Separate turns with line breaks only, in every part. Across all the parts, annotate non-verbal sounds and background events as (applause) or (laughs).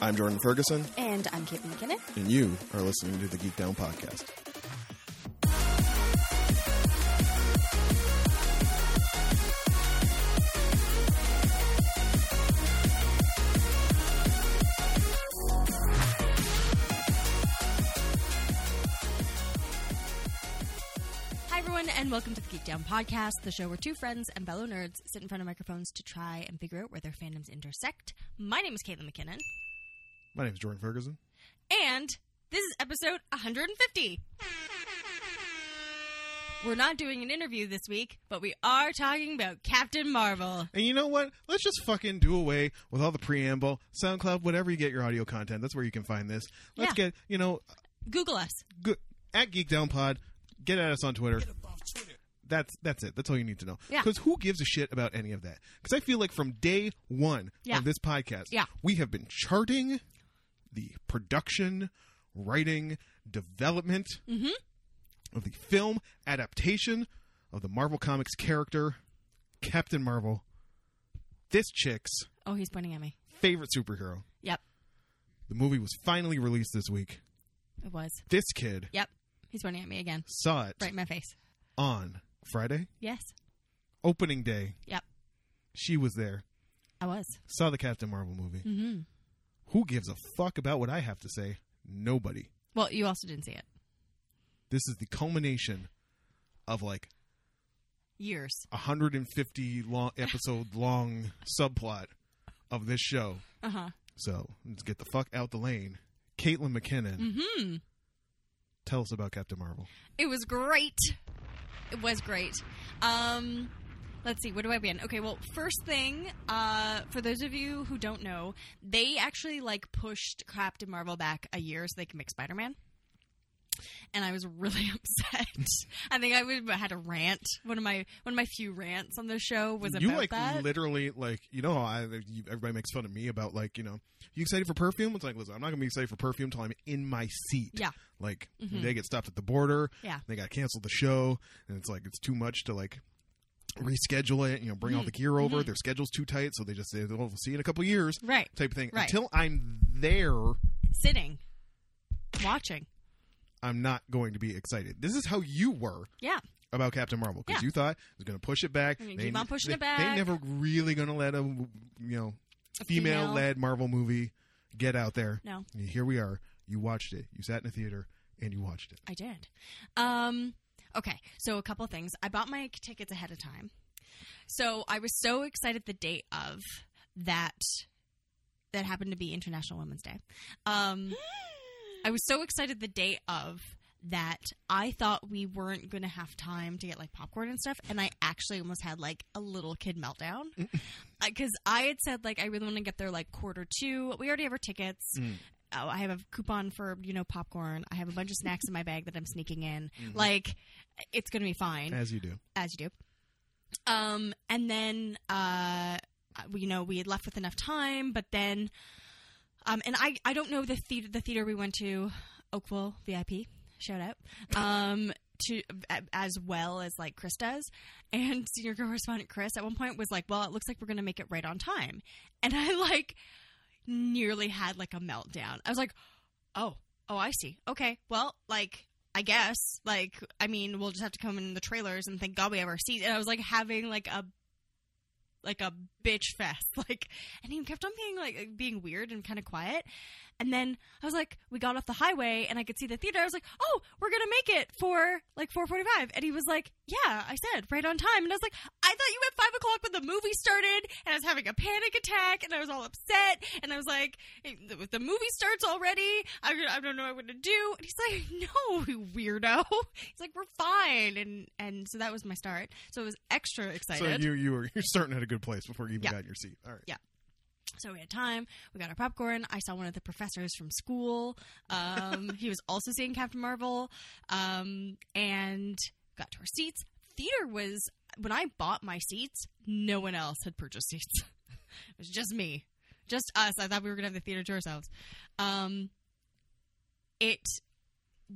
I'm Jordan Ferguson,
And I'm Kate McKinnon.
and you are listening to the Geek Down Podcast.
Hi, everyone, and welcome to the Geek Down Podcast, the show where two friends and fellow nerds sit in front of microphones to try and figure out where their fandoms intersect. My name is Caitlin McKinnon,
My name is Jordan Ferguson.
and this is episode 150. We're not doing an interview this week, but we are talking about Captain Marvel.
And you know what? Let's just fucking do away with all the preamble, SoundCloud, whatever you get your audio content. That's where you can find this. Let's
Yeah.
get, you know,
Google us.
good, at Geek Down Pod. Get at us on Twitter. That's that's it. That's all you need to know.
Yeah.
Because who gives a shit about any of that? Because I feel like from day one
Yeah.
of this podcast,
Yeah.
we have been charting the production, writing, development
Mm-hmm.
of the film adaptation of the Marvel Comics character Captain Marvel. This chick's
Oh, he's pointing at me.
favorite superhero.
Yep,
The movie was finally released this week.
it was.
This kid
Yep, he's pointing at me again.
saw it
Right in my face.
on Friday.
Yes.
opening day,
Yep,
she was there,
I was.
saw the Captain Marvel movie.
Mm-hmm.
Who gives a fuck about what I have to say? Nobody.
Well, you also didn't see it.
This is the culmination of like
Years.
a 150 long
(laughs)
episode long subplot of this show.
Uh huh.
So let's get the fuck out the lane. Caitlin McKinnon,
hmm
tell us about Captain Marvel.
It was great. It was great. Um, let's see, where do I begin? Okay, well, first thing, uh, for those of you who don't know, they actually like pushed Captain Marvel back a year so they can make Spider Man. And I was really (laughs) upset. I think I would, had a rant. One of my one of my few rants on the show was
you
about
like
that.
literally like you know I you, everybody makes fun of me about like you know you excited for perfume? It's like listen, I'm not gonna be excited for perfume until I'm in my seat.
Yeah.
like
Mhm.
they get stopped at the border.
Yeah.
they got canceled the show, and it's like it's too much to like reschedule it. You know, bring all the
Mm-hmm.
gear over. Their schedule's too tight, so they just say, "Oh, we'll see you in a couple years."
right,
Type of thing.
Right.
Until I'm there,
sitting, watching.
I'm not going to be excited. This is how you were
Yeah,
about Captain Marvel because
Yeah.
you thought it was going to push it back.
We're gonna keep on pushing
they,
it back.
They never really going to let a you know
A female.
female led Marvel movie get out there.
No.
And here we are. You watched it. You sat in a theater and you watched it.
I did. Um, okay, so a couple things. I bought my tickets ahead of time. So I was so excited the day of that that happened to be International Women's Day. Um, I was so excited the day of that I thought we weren't going to have time to get like popcorn and stuff and I actually almost had like a little kid meltdown because I had said like I really want to get there like quarter 2. We already have our tickets
Mm.
oh, I have a coupon for you know popcorn. I have a bunch of snacks in my bag that I'm sneaking in.
Mm-hmm.
Like, it's gonna be fine
As you do.
as you do. Um, and then uh, we- you know we had left with enough time, but then, um, and I I don't know the theater the theater we went to Oakville VIP shout out um to a- as well as like Chris does, and (laughs) senior correspondent Chris at one point was like, well it looks like we're gonna make it right on time, and I like nearly had like a meltdown. I was like, oh oh I see okay well like I guess. Like, I mean, we'll just have to come in the trailers and thank God we have our seats. And I was like having like a like a bitch fest. (laughs) Like, and he kept on being like being weird and kind of quiet. And then I was like, we got off the highway and I could see the theater. I was like, oh, we're gonna make it for like four forty five. And he was like, yeah, I said right on time. And I was like, I thought you meant five o'clock when the movie started. And I was having a panic attack and I was all upset. And I was like, if the movie starts already. I, I don't know what I'm gonna do. And he's like, (laughs) no, you weirdo. (laughs) He's like, we're fine. And and so that was my start. So it was extra excited.
So you you were (laughs) you're starting at a good place before you even
Yeah.
got in your seat. All
(laughs)
right.
So we had time. We got our popcorn. I saw one of the professors from school. Um, he was also seeing Captain Marvel, um, and got to our seats. Theater was when I bought my seats. No one else had purchased seats. (laughs) it was just me, just us. I thought we were gonna have the theater to ourselves. Um, it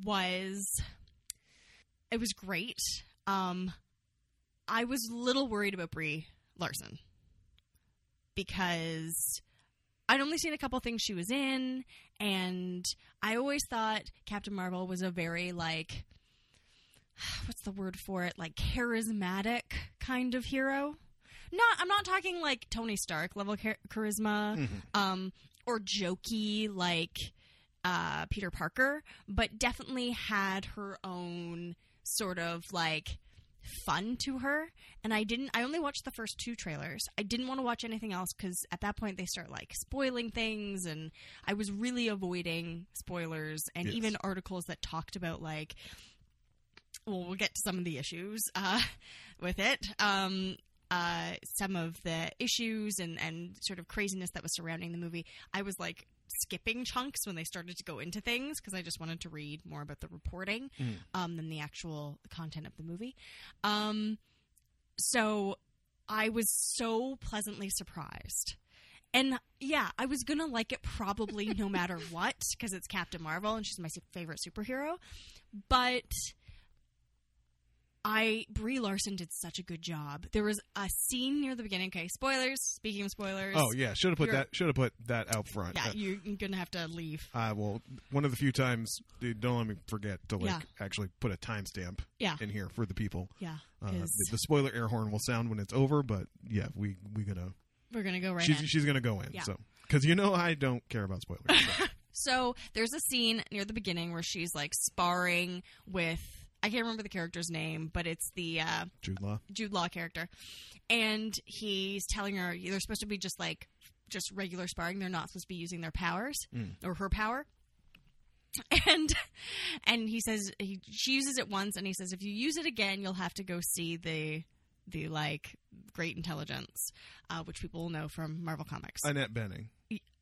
was. It was great. Um, I was a little worried about Brie Larson because I'd only seen a couple things she was in, and I always thought Captain Marvel was a very like, (sighs) what's the word for it? Like charismatic kind of hero. Not, I'm not talking like Tony Stark level char- charisma,
Mhm.
um, or jokey like uh, Peter Parker, but definitely had her own sort of like fun to her. And I didn't, I only watched the first two trailers. I didn't want to watch anything else because at that point they start like spoiling things, and I was really avoiding spoilers and
Yes.
even articles that talked about like. Well, we'll get to some of the issues (laughs) uh, with it. Um, uh, some of the issues and, and sort of craziness that was surrounding the movie, I was like skipping chunks when they started to go into things because I just wanted to read more about the reporting
Mm.
um, than the actual content of the movie. Um, so I was so pleasantly surprised. And yeah, I was gonna like it probably
(laughs)
no matter what because it's Captain Marvel and she's my su- favorite superhero. But I Brie Larson did such a good job. There was a scene near the beginning. Okay, spoilers. Speaking of spoilers,
Oh yeah, should have put
You're-
that. Should have put that out front.
yeah,
Uh,
you're gonna have to leave.
I will. One of the few times, dude, don't let me forget to like
Yeah.
actually put a timestamp
Yeah.
in here for the people.
Yeah,
Uh,
'cause
the, the spoiler air horn will sound when it's over, but yeah, we we gonna
we're gonna go right.
she's
in.
she's gonna go in.
Yeah.
So because you know I don't care about
(laughs)
spoilers. so.
So there's a scene near the beginning where she's like sparring with I can't remember the character's name, but it's the uh,
Jude Law.
Jude Law character, and he's telling her they're supposed to be just like just regular sparring. They're not supposed to be using their powers
Mm.
or her power. (laughs) And and he says he she uses it once, and he says if you use it again, you'll have to go see the the like great intelligence, uh, which people will know from Marvel Comics.
Annette Benning.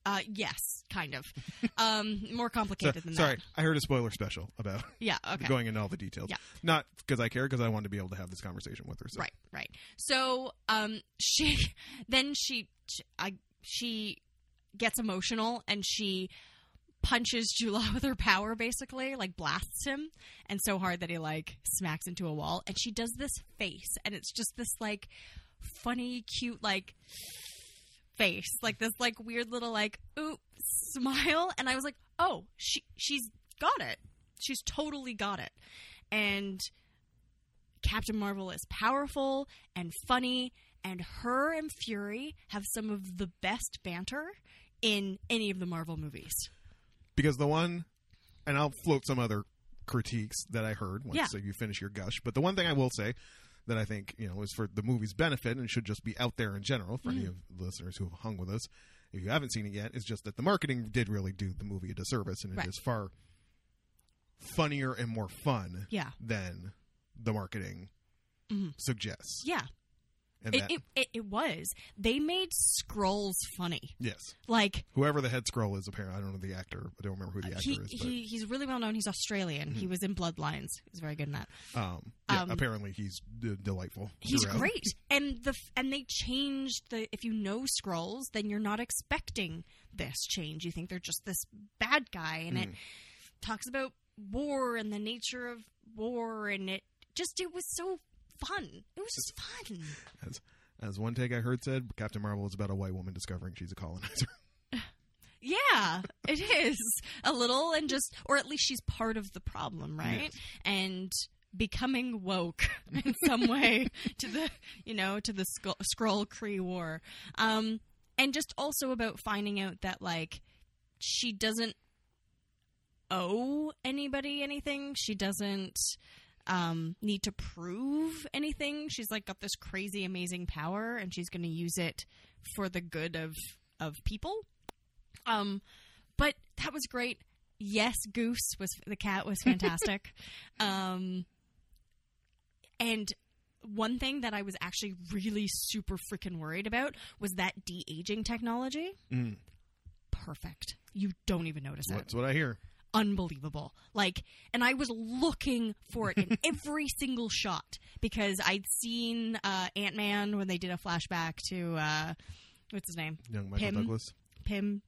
Uh, yes, kind of. um, more
So-
complicated
(laughs)
than
sorry,
that.
I heard a spoiler special about
Yeah. Okay.
(laughs) going into all the details.
Yeah.
Not because I care, because I wanted to be able to have this conversation with her. So.
Right. Right. So, um, (laughs) she then she I, she gets emotional and she punches Jula (laughs) with her power, basically, like blasts him, and so hard that he like smacks into a wall. And she does this face, and it's just this like funny, cute, like face, like this like weird little like ooh smile. And I was like, oh, she she's got it. She's totally got it. And Captain Marvel is powerful and funny, and her and Fury have some of the best banter in any of the Marvel movies.
Because the one, and I'll float some other critiques that I heard once
Yeah.
so you finish your gush. But the one thing I will say that I think you know is for the movie's benefit and should just be out there in general for
Mm.
any of the listeners who have hung with us. If you haven't seen it yet, is just that the marketing did really do the movie a disservice, and it is
Right.
far funnier and more fun
Yeah.
than the marketing
Mhm.
suggests.
Yeah.
And
It,
that,
it, it, it was. They made scrolls funny.
yes,
Like,
whoever the head scroll is, apparently I don't know the actor. I don't remember who the actor
Uh, he,
is. But, Mm-hmm.
he, he's really well known. He's Australian. He was in Bloodlines. He's very good in that.
um, yeah,
um,
apparently he's d- delightful.
He's
throughout.
great. And the f- and they changed the if you know scrolls, then you're not expecting this change. You think they're just this bad guy and it talks about war and the nature of war and it just it was so fun. It was just fun.
As, as one take I heard said, Captain Marvel is about a white woman discovering she's a colonizer. (laughs)
Yeah, it is a little and just or at least she's part of the problem, right? And becoming woke (laughs) in some way to the you know to the Skrull scroll Cree war. Um and just also about finding out that like she doesn't owe anybody anything. She doesn't um, need to prove anything. She's like got this crazy, amazing power, and she's going to use it for the good of of people. Um, but that was great. Yes, Goose was the cat
(laughs)
was fantastic. um, and one thing that I was actually really super freaking worried about was that de aging technology.
Mm.
Perfect. You don't even notice it
That's what I hear.
unbelievable. Like, and I was looking for it in every single shot because I'd seen uh, Ant Man when they did a flashback to uh, what's his name,
Young Michael
Him.
Douglas.
Pym,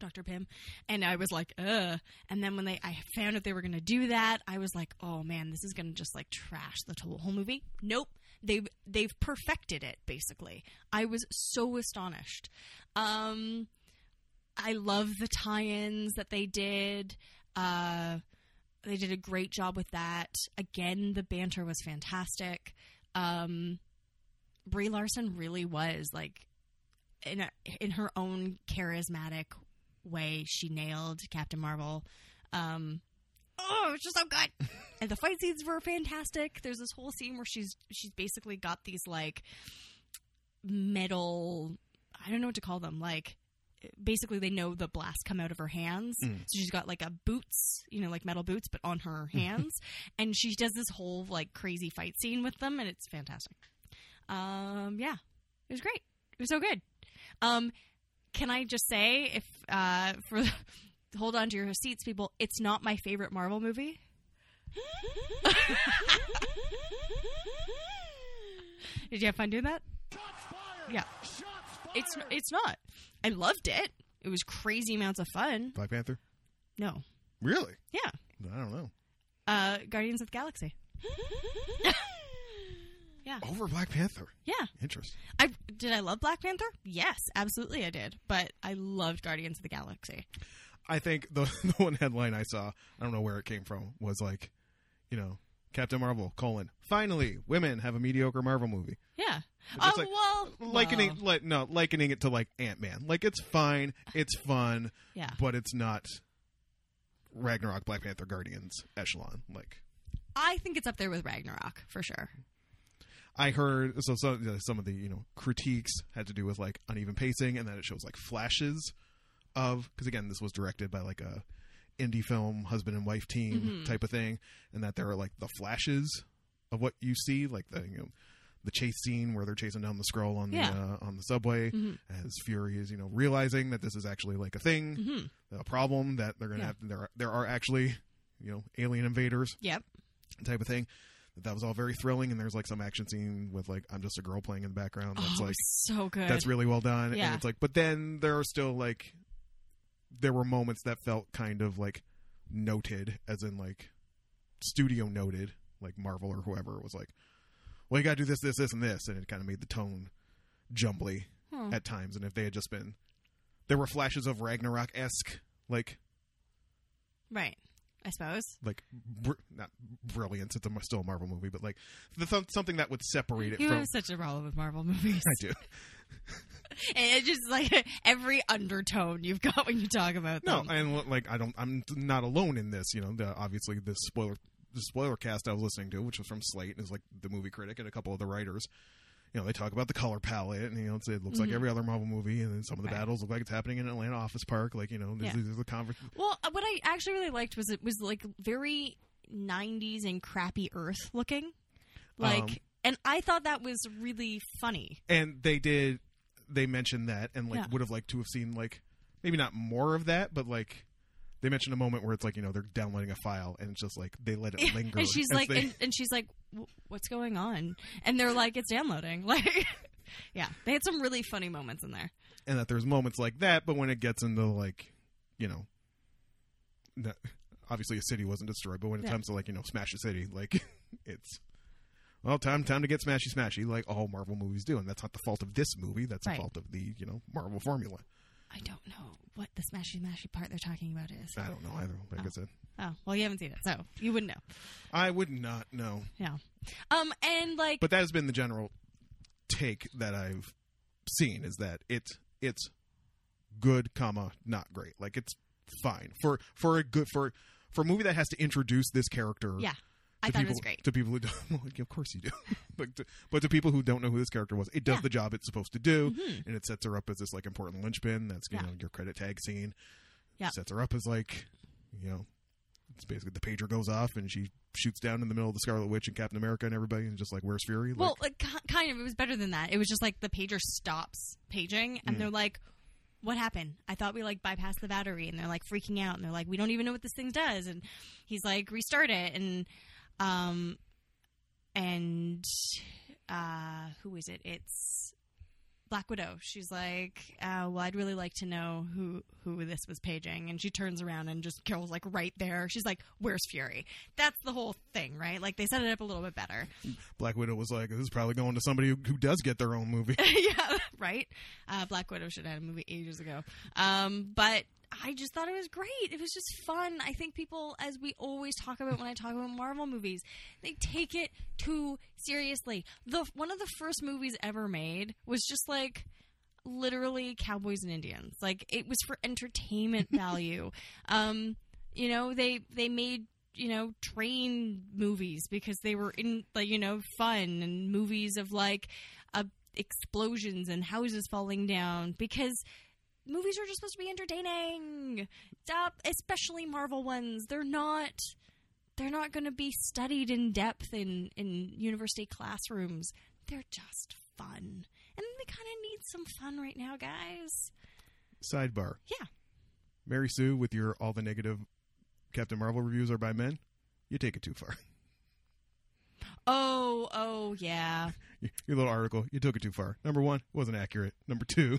Doctor Pym, and I was like, ugh. And then when they, I found out they were going to do that, I was like, oh man, this is going to just like trash the whole whole movie. Nope. They've they've perfected it basically. I was so astonished. Um, I love the tie-ins that they did. Uh, they did a great job with that. Again, the banter was fantastic. Um, Brie Larson really was like in a, in her own charismatic way. She nailed Captain Marvel. Um, oh, it's just so good. and the fight scenes were fantastic. There's this whole scene where she's she's basically got these like metal. I don't know what to call them. Like basically they know the blast come out of her hands.
Mm.
So she's got like a boots, you know, like metal boots, but on her hands. and she does this whole like crazy fight scene with them, and it's fantastic. Um, yeah, it was great. It was so good. Um, can I just say, if uh, for hold on to your seats, people, it's not my favorite Marvel movie. (laughs) Did you have fun doing that? Yeah. It's it's not. I loved it. It was crazy amounts of fun.
Black Panther.
No.
Really?
Yeah.
I don't know.
Uh Guardians of the Galaxy. (laughs)
Over Black Panther.
Yeah.
Interesting.
I did I love Black Panther? Yes, absolutely I did. But I loved Guardians of the Galaxy.
I think the, (laughs) the one headline I saw, I don't know where it came from, was like, you know, Captain Marvel: colon Finally, women have a mediocre Marvel movie.
Yeah.
But
Oh
it's like-
well
Likening,
well,
li- no, likening it to like Ant Man. Like it's fine, it's fun,
Yeah.
but it's not Ragnarok, Black Panther, Guardians echelon. Like
I think it's up there with Ragnarok for sure.
I heard, so some some of the you know critiques had to do with like uneven pacing, and then it shows like flashes of because again this was directed by like a indie film husband and wife team
Mhm.
type of thing, and that there are like the flashes of what you see, like the you know the chase scene where they're chasing down the scroll on
Yeah.
the uh, on the subway
Mhm.
as Fury is you know realizing that this is actually like a thing,
Mhm.
a problem that they're gonna
Yeah.
have there are, there are actually you know alien invaders
Yep.
type of thing. That was all very thrilling, and there's like some action scene with like I'm just a girl playing in the background. That's
oh,
like
so good.
that's really well done,
Yeah.
and it's like, but then there are still like there were moments that felt kind of like noted, as in like studio noted, like Marvel or whoever was like, well, you got to do this, this, this, and this, and it kind of made the tone jumbly
Hmm.
at times. And if they had just been, there were flashes of Ragnarok esque like
Right. I suppose.
like br- not brilliance. It's a, still a Marvel movie, but like the th- something that would separate it
You
from.
have such a problem with Marvel movies.
(laughs) I
(laughs)
do.
And it's just like (laughs) every undertone you've got when you talk about
No,
them.
and like I don't. I'm not alone in this. You know, the, obviously the spoiler the spoiler cast I was listening to, which was from Slate, is like the movie critic and a couple of the writers. You know, they talk about the color palette, and you know, it's, it looks like
Mhm.
every other Marvel movie, and then some of the
Right.
battles look like it's happening in Atlanta office park. Like you know, there's,
Yeah.
there's a conver-
Well, uh, what I actually really liked was it was like very 90s and crappy Earth looking. Like,
Um,
and I thought that was really funny. (laughs)
and they did they mentioned that and like
Yeah.
would have liked to have seen like maybe not more of that but like they mentioned a moment where it's like you know they're downloading a file and it's just like they let it linger
(laughs) and she's
as
like,
they-
and, and she's like, "W- what's going on? And they're like, it's downloading. (laughs) Like, yeah, they had some really funny moments in there.
(laughs) and that there's moments like that but when it gets into like you know that, obviously a city wasn't destroyed but when it
Yeah.
comes to like you know smash a city like (laughs) it's well time time to get smashy smashy like all marvel movies do and that's not the fault of this movie that's
Right.
the fault of the you know marvel formula
I don't know what the smashy mashy part they're talking about is.
i don't know either like i
Oh.
said
Oh, well, you haven't seen it, so you wouldn't know.
i would not know
Yeah. Um, and like,
but that has been the general take that I've seen is that it's it's good, comma not great. Like it's fine for for a good for for a movie that has to introduce this character.
Yeah,
to
I thought
people,
it was great.
to people who (laughs) don't. Well, of course you do, (laughs) but to, but to people who don't know who this character was, it does
Yeah.
the job it's supposed to do,
Mhm.
and it sets her up as this like important linchpin. That's you
Yeah.
know your credit tag scene.
Yeah.
sets her up as like you know. It's basically the pager goes off and she shoots down in the middle of the Scarlet Witch and Captain America and everybody and just like where's Fury? Like,
Well, like, ki- kind of. It was better than that. It was just like the pager stops paging, and
Mm.
they're like, "What happened? I thought we like bypassed the battery." And they're like freaking out, and they're like, "We don't even know what this thing does." And he's like, "Restart it." And um, and uh, who is it? It's Black Widow. She's like, uh, "Well, I'd really like to know who who this was paging." And she turns around and just Carol's like right there. She's like, "Where's Fury?" That's the whole thing, right? Like they set it up a little bit better.
Black Widow was like, "This is probably going to somebody who, who does get their own
(laughs)
movie."
yeah, right. Uh, Black Widow should have had a movie ages ago. Um, but I just thought it was great. It was just fun. I think people, as we always talk about when I talk about Marvel movies, they take it too seriously. The one of the first movies ever made was just like literally cowboys and Indians. Like it was for entertainment value. um, you know, they they made you know train movies because they were in like you know fun and movies of like uh, explosions and houses falling down because movies are just supposed to be entertaining. Stop, especially Marvel ones. They're not. They're not going to be studied in depth in in university classrooms. They're just fun, and they kind of need some fun right now, guys.
Sidebar:
Yeah.
Mary Sue, with your all the negative Captain Marvel reviews are by men. You take it too far.
Oh, oh (laughs) yeah.
Your little article, you took it too far. Number one, it wasn't accurate. Number two,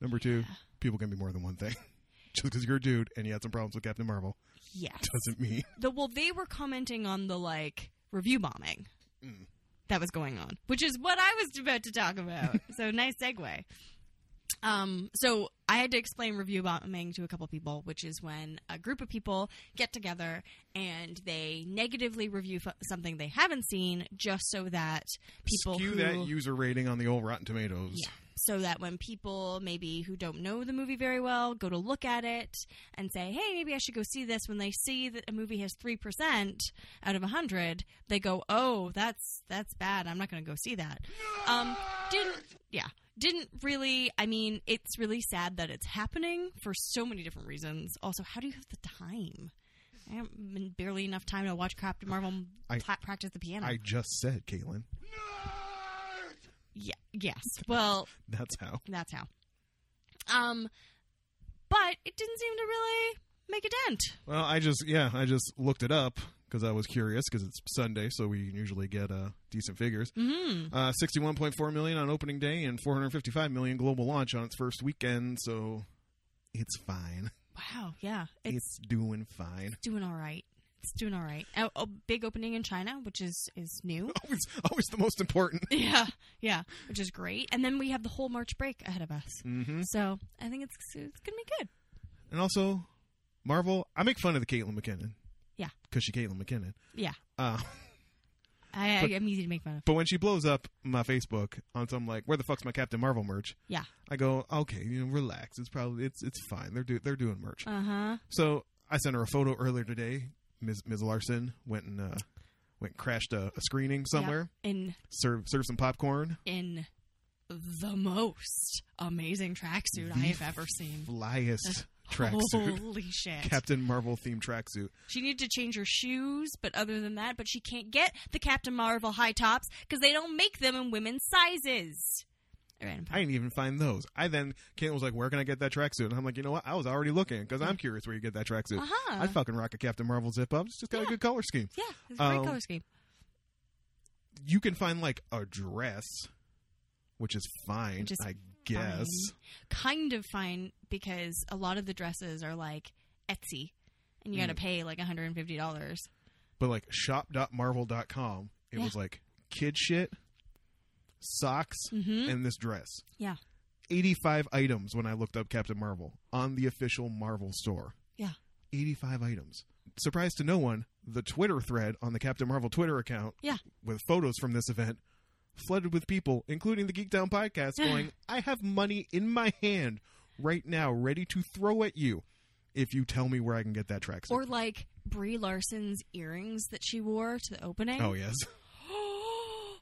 number two, people can be more than one thing. (laughs) Just because you're a dude and you had some problems with Captain Marvel (laughs)
Yes.
doesn't mean
The well, they were commenting on the like review bombing
Mm.
that was going on, which is what I was about to
(laughs)
talk about. so nice segue. Um, so I had to explain review bombing to a couple people, which is when a group of people get together and they negatively review f- something they haven't seen, just so that (laughs) people
skew
who,
that user rating on the old Rotten Tomatoes.
yeah. So that when people maybe who don't know the movie very well go to look at it and say, hey, maybe I should go see this, when they see that a movie has 3% out of 100, they go, oh, that's that's bad. I'm not going to go see that. Um, didn't, yeah. Didn't really, I mean, it's really sad that it's happening for so many different reasons. Also, how do you have the time? I have barely enough time to watch Captain Marvel
I-
pla- practice the piano.
I just said, Caitlin,
yeah, yes. Well,
that's how.
That's how. Um, but it didn't seem to really make a dent.
Well, I just yeah, I just looked it up because I was curious because it's Sunday, so we usually get uh, decent figures.
Mm.
Uh, 61.4 million on opening day and 455 million global launch on its first weekend, so it's fine.
Wow. Yeah,
It's,
it's,
doing fine. (laughs)
doing all right. It's doing all right. A, a big opening in China, which is is
(laughs)
new. (laughs)
Always, always the most important.
yeah, yeah, which is great. And then we have the whole March break ahead of us.
hmm
So I think it's it's gonna be good.
And also, Marvel. I make fun of the Caitlin McKinnon.
Yeah.
because she Caitlin McKinnon.
Yeah,
Uh, (laughs)
I,
But-
I I'm easy to make fun of.
but when she blows up my Facebook on some like, where the fuck's my Captain Marvel merch?
Yeah.
I go, okay, you know, relax. It's probably it's it's fine. They're do they're doing merch.
Uh huh.
So I sent her a photo earlier today. Ms. Ms. Larson went and uh, went and crashed a, a screening somewhere.
In
Serve serve some popcorn.
in the most amazing tracksuit I
The
have ever seen. (laughs) Oh,
Flyest tracksuit.
Holy shit!
Captain Marvel themed tracksuit.
She needed to change her shoes, but other than that, but she can't get the Captain Marvel high tops because they don't make them in women's sizes. All right, I'm
I
fine.
didn't even find those. I then Caitlin was like, "Where can I get that tracksuit?" And I'm like, "You know what? I was already looking because I'm curious where you get that tracksuit.
Uh-huh.
I'd fucking rock a Captain Marvel zip up. It's just got a
Yeah.
good color scheme.
yeah, it's a great
Um,
color scheme.
You can find like a dress, which is fine,
Which is
I guess.
Kind of fine because a lot of the dresses are like Etsy, and you
Mm.
got to pay like 150 dollars.
But like shop.marvel.com, it
Yeah.
was like kid shit, socks,
Mhm.
and this dress.
Yeah,
85 items when I looked up Captain Marvel on the official Marvel store.
yeah.
85 items. Surprise to no one, the Twitter thread on the Captain Marvel Twitter account
Yeah.
with photos from this event flooded with people, including the Geek Down
(gasps)
podcast, going, I have money in my hand right now, ready to throw at you if you tell me where I can get that tracksuit.
Or like Brie Larson's earrings that she wore to the opening. (gasps)
oh, yes.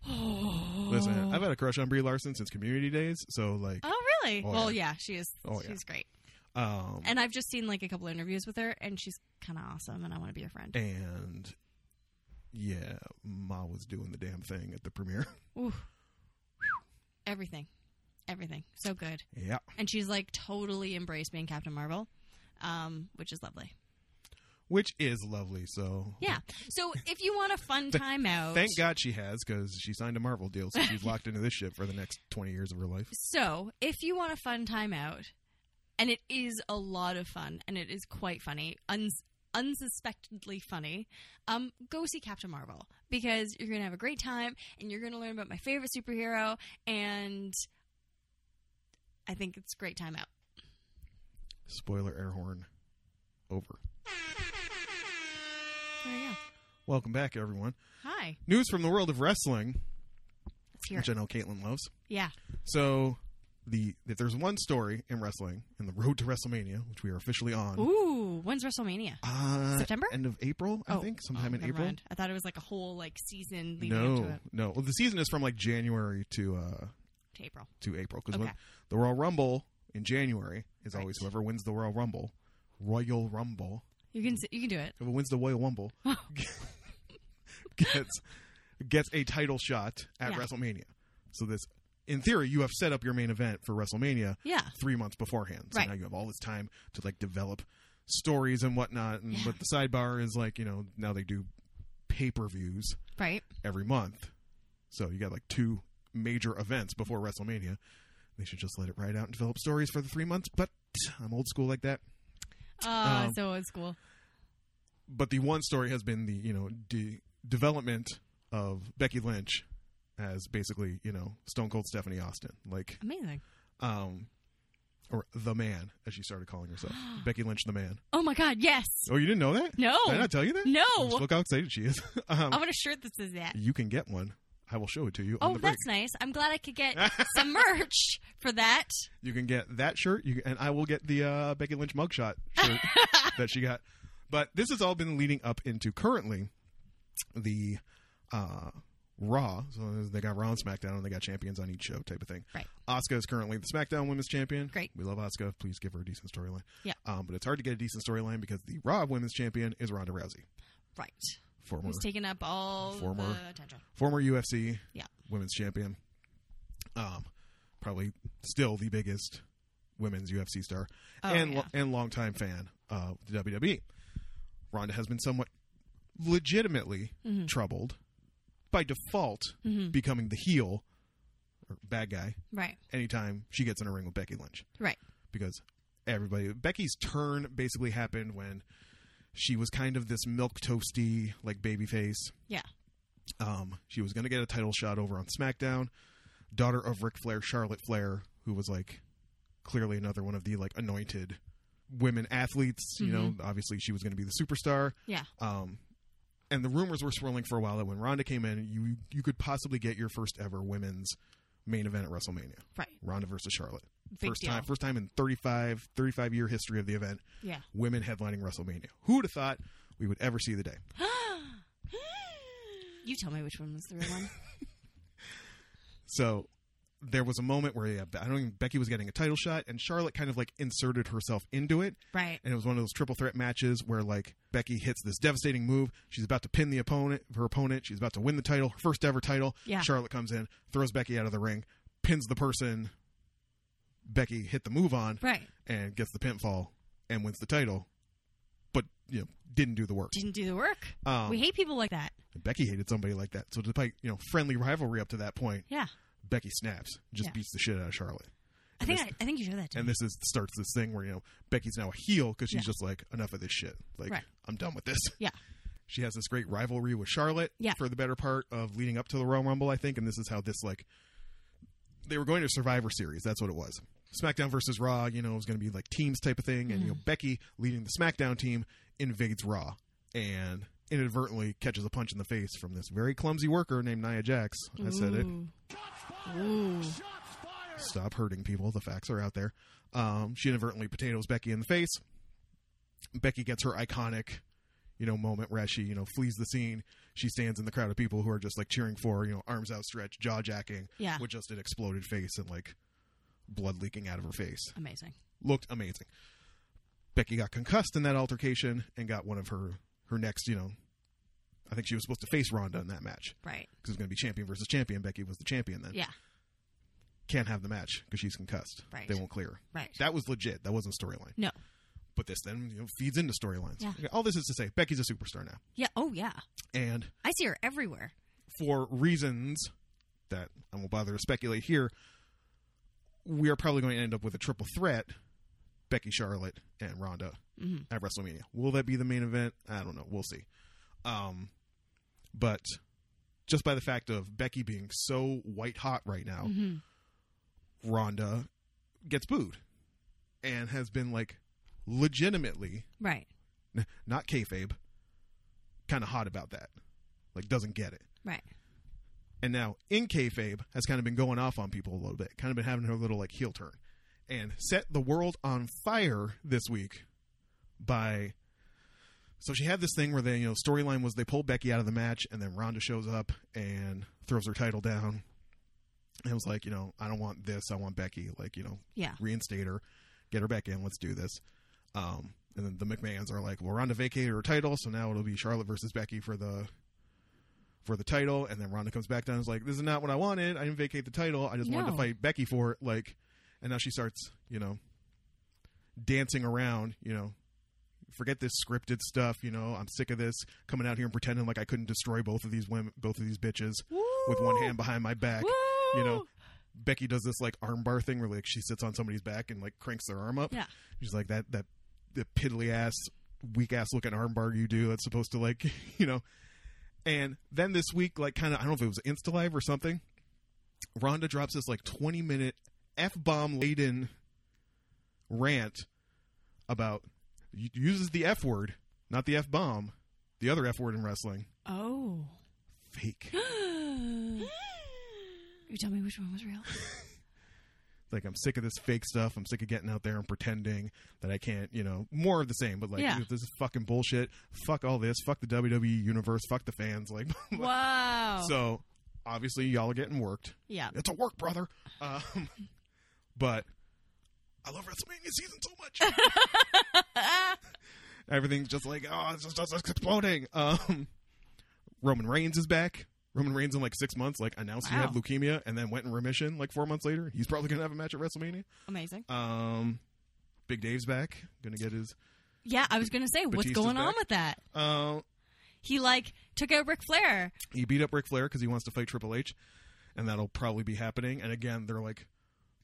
Oh,
Listen, I've had a crush on Brie Larson since community days, so like,
Oh really?
Oh,
well, yeah. she is.
Oh, yeah.
she's great.
um,
And I've just seen like a couple of interviews with her, and she's kind of awesome, and I want to be her friend.
and yeah, Ma was doing the damn thing at the premiere. (laughs)
Ooh. Everything. Everything. So good.
yeah.
And she's like totally embraced being Captain Marvel, um, which is lovely.
which is lovely. So
Yeah. So if you want a fun time out,
thank God she has because she signed a Marvel deal, so
(laughs)
she's locked into this shit for the next twenty years of her life.
So, if you want a fun time out, and it is a lot of fun, and it is quite funny, uns- unsuspectedly funny, um, go see Captain Marvel because you're going to have a great time and you're going to learn about my favorite superhero, and I think it's a great time out.
Spoiler air horn, over.
There you go.
Welcome back, everyone.
Hi.
News from the world of wrestling,
Let's hear
which
it.
I know Caitlin loves.
Yeah.
So the if there's one story in wrestling in the road to WrestleMania, which we are officially on.
Ooh, when's WrestleMania?
Uh,
September?
end of April, I
Oh.
think, sometime
Oh,
in
never
April.
mind. I thought it was like a whole like season leading up to
No,
it.
no. Well, the season is from like January to uh
To April.
to April because
Okay.
the Royal Rumble in January is
Right.
always whoever wins the Royal Rumble, Royal Rumble,
You can s- you can do it.
whoever wins the Royal
(laughs)
Rumble (laughs) gets gets a title shot at
Yeah.
WrestleMania. So this, in theory, you have set up your main event for WrestleMania
Yeah.
three months beforehand. So
Right.
now you have all this time to like develop stories and whatnot. And
Yeah.
but the sidebar is like you know now they do pay per views
Right.
every month, so you got like two major events before WrestleMania. They should just let it ride out and develop stories for the three months. But I'm old school like that.
Oh,
Um,
so old school.
But the one story has been the you know de- development of Becky Lynch as basically you know Stone Cold Stephanie Austin, like
Amazing.
um, or the man as she started calling
(gasps)
herself, Becky Lynch the man.
Oh my god, yes.
Oh, you didn't know that?
No.
Did I not tell you that?
No.
Just look how excited she is. (laughs) um,
I want a shirt that says that.
you can get one. I will show it to you on
Oh,
the break.
that's nice. I'm glad I could
(laughs)
get some merch for that.
You can get that shirt, you, and I will get the uh, Becky Lynch
(laughs)
mugshot shirt that she got. But this has all been leading up into currently the uh, Raw. So they got Raw and SmackDown, and they got champions on each show, type of thing.
Right.
Asuka is currently the SmackDown Women's Champion.
Great.
We love Asuka. Please give her a decent storyline.
Yeah.
Um, but it's hard to get a decent storyline because the Raw Women's Champion is Ronda Rousey,
Right.
former
Who's taking up all
Former.
the attention?
former UFC
Yeah.
women's champion. Um, probably still the biggest women's UFC star
Oh,
and
yeah.
and longtime fan of the WWE. Ronda has been somewhat legitimately
Mhm.
troubled by default
Mhm.
becoming the heel or bad guy
Right.
anytime she gets in a ring with Becky Lynch
Right.
because everybody Becky's turn basically happened when she was kind of this milk toasty like baby face.
Yeah.
Um, she was going to get a title shot over on SmackDown. Daughter of Ric Flair, Charlotte Flair, who was like clearly another one of the like anointed women athletes. You know, obviously she was going to be the superstar.
Mm-hmm. Yeah.
Um, and the rumors were swirling for a while that when Ronda came in, you you could possibly get your first ever women's main event at WrestleMania,
Right.
Ronda versus Charlotte.
Big
first
deal.
time, first time in 35, 35 year history of the event,
Yeah. (gasps)
women headlining WrestleMania. Who would have thought we would ever see the day?
you tell me which one was the real
(laughs)
one.
So there was a moment where yeah, I don't even Becky was getting a title shot, and Charlotte kind of like inserted herself into it,
right.
and it was one of those triple threat matches where like Becky hits this devastating move. She's about to pin the opponent, her opponent. She's about to win the title, her first ever title.
Yeah.
Charlotte comes in, throws Becky out of the ring, pins the person. Becky hit the move on
Right.
and gets the pinfall and wins the title, but you know didn't do the work.
Didn't do the work.
Um,
we hate people like that.
Becky hated somebody like that. So despite you know friendly rivalry up to that point,
Yeah.
Becky snaps, just
Yeah.
beats the shit out of Charlotte.
I think I, I think you showed that to
And
me.
this is starts this thing where you know Becky's now a heel because she's
Yeah.
just like enough of this shit. Like
Right.
I'm done with this.
Yeah.
(laughs) She has this great rivalry with Charlotte
Yeah.
for the better part of leading up to the Royal Rumble, I think, and this is how this like they were going to Survivor Series. That's what it was. SmackDown versus Raw, you know, it was going to be like teams type of thing, and you know
Mm-hmm.
Becky leading the SmackDown team invades Raw and inadvertently catches a punch in the face from this very clumsy worker named Nia Jax. I said it.
Ooh. Ooh.
stop hurting people. The facts are out there. Um, she inadvertently potatoes Becky in the face. Becky gets her iconic, you know, moment where as she, you know, flees the scene. She stands in the crowd of people who are just like cheering for, her, you know, arms outstretched, jaw jacking,
Yeah.
with just an exploded face and like blood leaking out of her face.
Amazing.
Looked amazing. Becky got concussed in that altercation and got one of her her next, you know, I think she was supposed to face Ronda in that match
Right.
because it was going to be champion versus champion. Becky was the champion then
Yeah.
can't have the match because she's concussed.
Right.
They won't clear. her.
Right.
That was legit. That wasn't a storyline.
No.
but this then you know, feeds into storylines.
Yeah.
Okay, all this is to say, Becky's a superstar now,
Yeah. Oh, yeah.
and
I see her everywhere.
for reasons that I won't bother to speculate here, we are probably going to end up with a triple threat: Becky, Charlotte, and Ronda
Mhm.
at WrestleMania. Will that be the main event? I don't know. We'll see. Um, but just by the fact of Becky being so white hot right now,
Mhm.
Ronda gets booed and has been like legitimately
Right.
n- not kayfabe, kind of hot about that. Like doesn't get it.
Right.
And now in kayfabe has kind of been going off on people a little bit, kind of been having her little like heel turn, and set the world on fire this week by. So she had this thing where they, you know, storyline was they pulled Becky out of the match, and then Ronda shows up and throws her title down, and was like, you know, I don't want this, I want Becky, like, you know,
Yeah.
reinstate her, get her back in, let's do this. Um, and then the McMahons are like, well, Ronda vacated her title, so now it'll be Charlotte versus Becky for the for the title. And then Ronda comes back down and is like, this is not what I wanted. I didn't vacate the title. I just wanted to
No.
fight Becky for it. Like, and now she starts, you know, dancing around, you know, forget this scripted stuff. You know, I'm sick of this coming out here and pretending like I couldn't destroy both of these women, both of these bitches with one hand behind my back. you know,
Woo!
Becky does this like arm bar thing where like she sits on somebody's back and like cranks their arm up.
Yeah.
She's like that that the piddly ass, weak ass looking arm bar you do that's supposed to like (laughs) you know. And then this week, like kinda I don't know if it was Insta Live or something, Rhonda drops this like twenty minute F bomb laden rant about uses the F word, not the F bomb, the other F word in wrestling.
Oh.
Fake.
you tell me which one
(laughs)
was real.
like I'm sick of this fake stuff. I'm sick of getting out there and pretending that I can't, you know, more of the same. But like,
Yeah.
this is fucking bullshit. Fuck all this. Fuck the WWE universe. Fuck the fans. Like, (laughs)
wow.
so obviously y'all are getting worked.
yeah.
It's a work, brother. Um, (laughs) but I love WrestleMania season so much.
(laughs) Ah!
Everything's just like, oh, it's just, it's just exploding. Um, Roman Reigns is back. Roman Reigns in like six months, like announced he
Wow.
had leukemia and then went in remission like four months later. He's probably gonna have a match at WrestleMania.
Amazing.
Um, Big Dave's back. Gonna get his.
Yeah, I was gonna say, what's
Batista's
going on
back.
with that?
Uh,
He like took out Ric Flair.
he beat up Ric Flair because he wants to fight Triple H, and that'll probably be happening. And again, they're like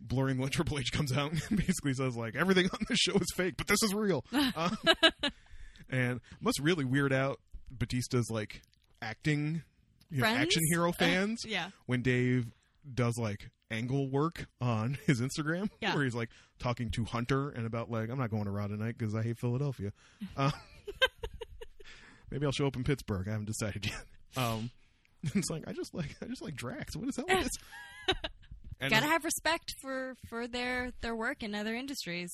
blurring when (laughs) Triple H comes out and (laughs) basically says like everything on this show is fake, but this is real. Um, and must really weird out Batista's like acting, you know,
Friends?
action hero fans
(sighs) Yeah.
when Dave does like angle work on (laughs) his Instagram,
Yeah.
where he's like talking to Hunter and about like I'm not going to Raw tonight because I hate Philadelphia. Um, (laughs) maybe I'll show up in Pittsburgh. I haven't decided yet. Um, (laughs) it's like I just like I just like Drax. What is that? With
(laughs)
this? And
Gotta
I'm-
have respect for for their their work in other industries,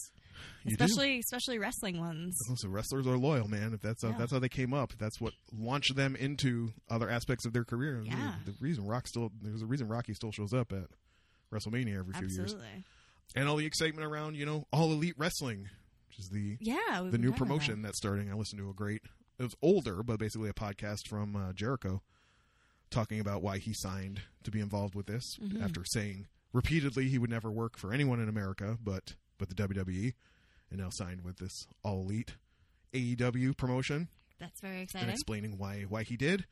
you do.
especially especially wrestling ones.
So wrestlers are loyal, man. If that's how,
Yeah.
that's how they came up, that's what launched them into other aspects of their career. And
Yeah.
The reason Rock still there's a reason Rocky still shows up at WrestleMania every few years.
Absolutely.
and all the excitement around you know all elite wrestling which is the
Yeah. we've
the
been
new
talking about
promotion that's starting i listened to a great it was older but basically a podcast from uh, jericho talking about why he signed to be involved with this
Mhm.
after saying repeatedly he would never work for anyone in america but but the wwe and now signed with this all elite aew promotion
it. That's very
and
exciting.
explaining why why he did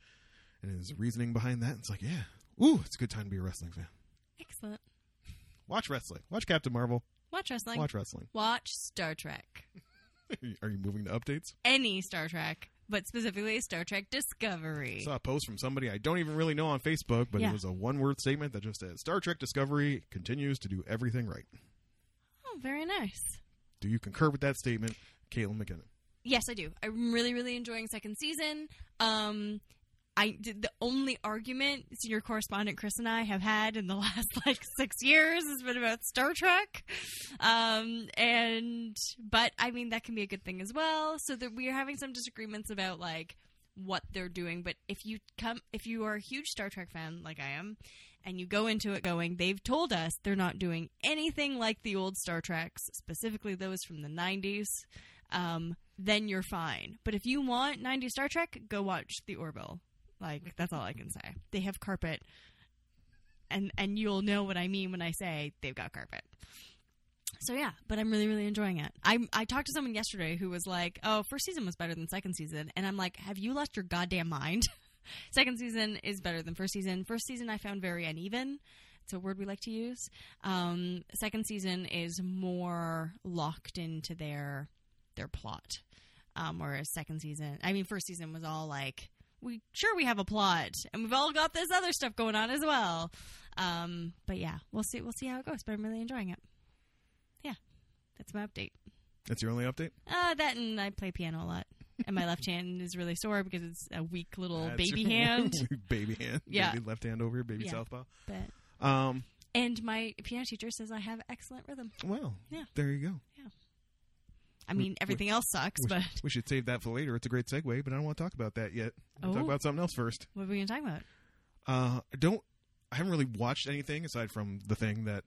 and his reasoning behind that it's like yeah ooh it's a good time to be a wrestling fan
Excellent.
watch wrestling watch captain marvel
Watch wrestling.
watch wrestling (laughs)
Watch Star Trek.
are you moving to updates
Any Star Trek, but specifically Star Trek Discovery.
saw a post from somebody I don't even really know on Facebook, but it
Yeah.
was a one word statement that just said Star Trek Discovery continues to do everything right.
oh, very nice.
Do you concur with that statement, Caitlin McKinnon?
Yes, I do. I'm really, really enjoying second season. Um, I did the only argument senior correspondent Chris and I have had in the (laughs) last like six years has been about Star Trek, um, and but I mean that can be a good thing as well. So that we are having some disagreements about like what they're doing. But if you come, if you are a huge Star Trek fan like I am, and you go into it going, they've told us they're not doing anything like the old Star Treks, specifically those from the '90s um, then you're fine. But if you want 90 Star Trek, go watch The Orville. Like that's all I can say. They have carpet, and and you'll know what I mean when I say they've got carpet. So yeah, but I'm really really enjoying it. I I talked to someone yesterday who was like, "Oh, first season was better than second season," and I'm like, "Have you lost your goddamn mind? (laughs) second season is better than first season. First season I found very uneven. It's a word we like to use. Um, second season is more locked into their their plot, um, whereas second season, I mean, first season was all like, we sure we have a plot and we've all got this other stuff going on as well. Um, but yeah, we'll see we'll see how it goes. But I'm really enjoying it. Yeah, that's my update.
That's your only update.
Uh, that and I play piano a lot. And my left hand is really sore because it's a weak little
That's
baby
your (laughs)
hand.
baby hand.
Yeah.
Baby left hand over here. Baby
Yeah.
southpaw.
But
Um.
and my piano teacher says I have excellent rhythm.
Well.
Yeah.
There you go.
I mean, everything else sucks,
we-
but
We should save that for later. It's a great segue, but I don't want to talk about that yet. We'll Talk
Oh.
about something else first.
what are we gonna talk about?
Uh, I don't. I haven't really watched anything aside from the thing that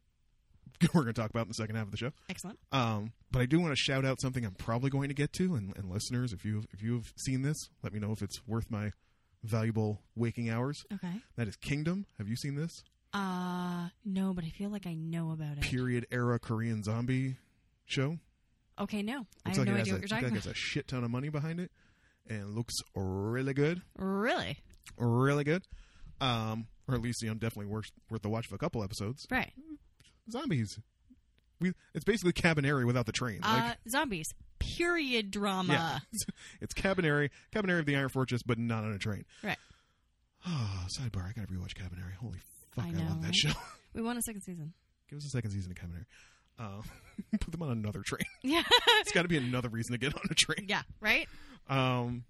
(laughs) we're going to talk about in the second half of the show.
Excellent.
Um, but I do want to shout out something I'm probably going to get to, and, and listeners, if you if you've seen this, let me know if it's worth my valuable waking hours.
Okay.
That is Kingdom. Have you seen this?
Uh no, but I feel like I know about it.
Period era Korean zombie show.
Okay, no. I
Looks
have
like
no
it has
idea
a,
what you're talking
like
about.
it's a shit ton of money behind it, and looks really good,
Really?
really good. Um, or at least you know, definitely worth worth the watch of a couple episodes.
Right.
Zombies. We it's basically Cabaneri without the train.
Uh zombies. Period drama.
it's Cabaneri, Cabaneri of the Iron Fortress, but not on a train.
Right.
Oh, (sighs) sidebar. I gotta rewatch Cabaneri. Holy fuck! I,
I know,
love that
right?
show. (laughs)
We want a second season.
Give us a second season of Cabaneri. Uh, (laughs) put them on another train. (laughs)
Yeah.
It's got to be another reason to get on a train.
yeah, right?
Um,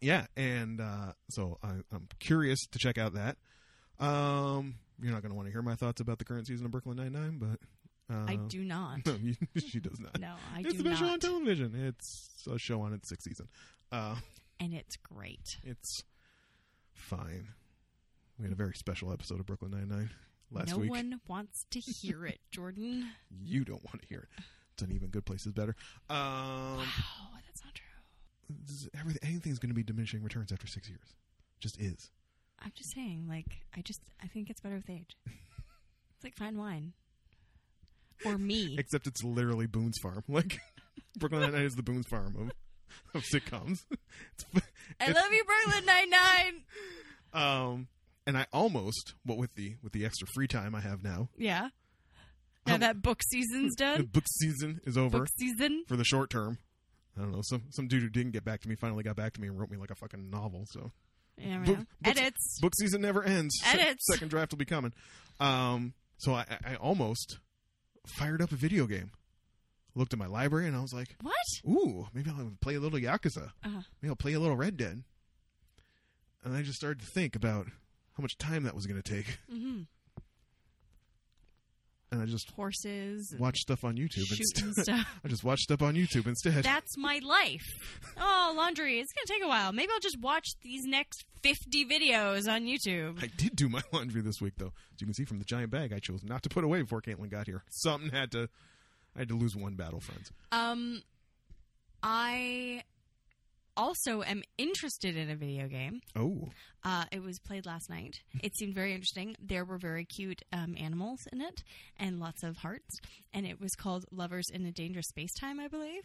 yeah, and uh, so I, I'm curious to check out that. Um, you're not gonna want to hear my thoughts about the current season of Brooklyn Nine Nine, but uh,
I
(laughs)
do not.
No, you, she does not.
No, I
it's
do
the best show on
not.
television. It's a show on its sixth season. Uh,
And it's great.
It's fine. We had a very special episode of Brooklyn Nine Nine last
no
week.
one wants to
(laughs)
hear it, Jordan.
You don't want to hear it. It's an even good place is better. Um,
wow, that's not true.
this is- everything, anything's going to be diminishing returns after six years. Just is.
I'm just saying, like, I just I think it's better with age. it's like fine wine.
(laughs)
Or me.
Except it's literally Boone's Farm. (laughs) Like Brooklyn Nine Nine is the Boone's Farm of, of sitcoms. (laughs) It's, fu-
I love you, Brooklyn Nine Nine.
um, and I almost, what with the with the extra free time I have now,
Yeah. Now
Um,
that book season's
the
done.
book season is over.
Book season.
for the short term. I don't know. Some some dude who didn't get back to me finally got back to me and wrote me like a fucking novel. So
Yeah,
Book-
right.
books-
Edits.
book season never ends. Se-
Edits.
second draft will be coming. Um, so I, I almost fired up a video game. Looked at my library and I was like,
What?
"Ooh, maybe I'll play a little Yakuza.
Uh,
Maybe I'll play a little Red Dead." And I just started to think about how much time that was going to take,
mm-hmm.
and I just
Horses. and
watched stuff on YouTube
Shooting
instead.
stuff.
(laughs) I just watched stuff on YouTube instead.
That's my life. Oh, laundry. It's going to take a while. Maybe I'll just watch these next 50 videos on YouTube.
I did do my (laughs) laundry this week, though. As you can see from the giant bag, I chose not to put away before Caitlin got here. (laughs) Something had to. I had to lose one battle, friends.
Um, I also am interested in a video game.
Oh,
Uh, it was played last night. It seemed very interesting. There were very cute um, animals in it and lots of hearts. And it was called Lovers in a Dangerous Space Time, I believe.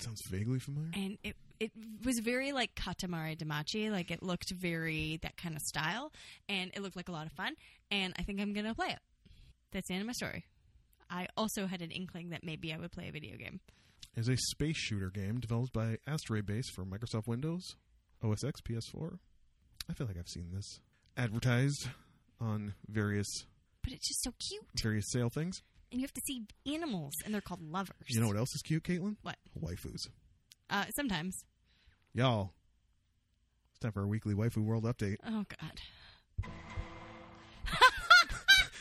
sounds vaguely familiar.
And it it was very like Katamari Damacy. Like it looked very that kind of style. And it looked like a lot of fun. And I think I'm going to play it. That's the end of my story. I also had an inkling that maybe I would play a video game.
Is a space shooter game developed by Asteroid Base for Microsoft Windows, OS X, PS4. I feel like I've seen this advertised on various
But it's just so cute.
various sale things.
And you have to see animals. And they're called lovers.
You know what else is cute, Caitlin?
What?
Waifus.
Uh, sometimes.
Y'all, it's time for our weekly waifu world update.
Oh, God.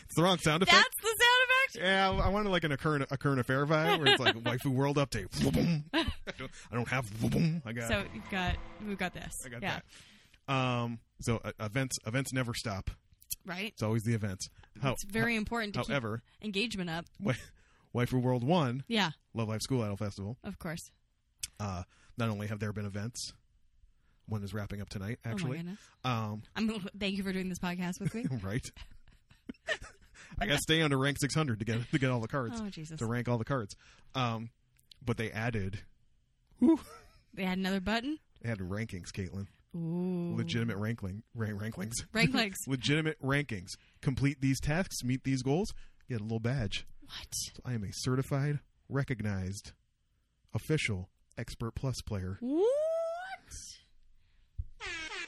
It's the wrong sound effect.
That's the sound effect?
Yeah, I I wanted like an a current, a current affair vibe where it's
(laughs)
like waifu world update. Vroom. (laughs) I don't- I don't have. vroom. I got.
So you've got we've got this.
I got
yeah.
that. Um. So uh, events events never stop.
Right.
It's always the events. How,
It's very important to
Oh, however,
keep engagement up.
wa- waifu world one
Yeah,
Love Life School Idol Festival.
of course.
Uh, not only have there been events, one is wrapping up tonight.
oh my
Actually,
goodness.
um, (laughs)
(laughs) I'm thank you for doing this podcast with me.
right. I got to stay under rank 600 to get to get all the cards
Oh Jesus!
to rank all the cards. Um, but they added, whew,
They had another button.
they had rankings, Caitlin.
Ooh,
Legitimate rankling, rank ranklings. (laughs)
rank legs.
Legitimate rankings. Complete these tasks, meet these goals, get a little badge.
What?
So I am a certified, recognized, official expert plus player.
What?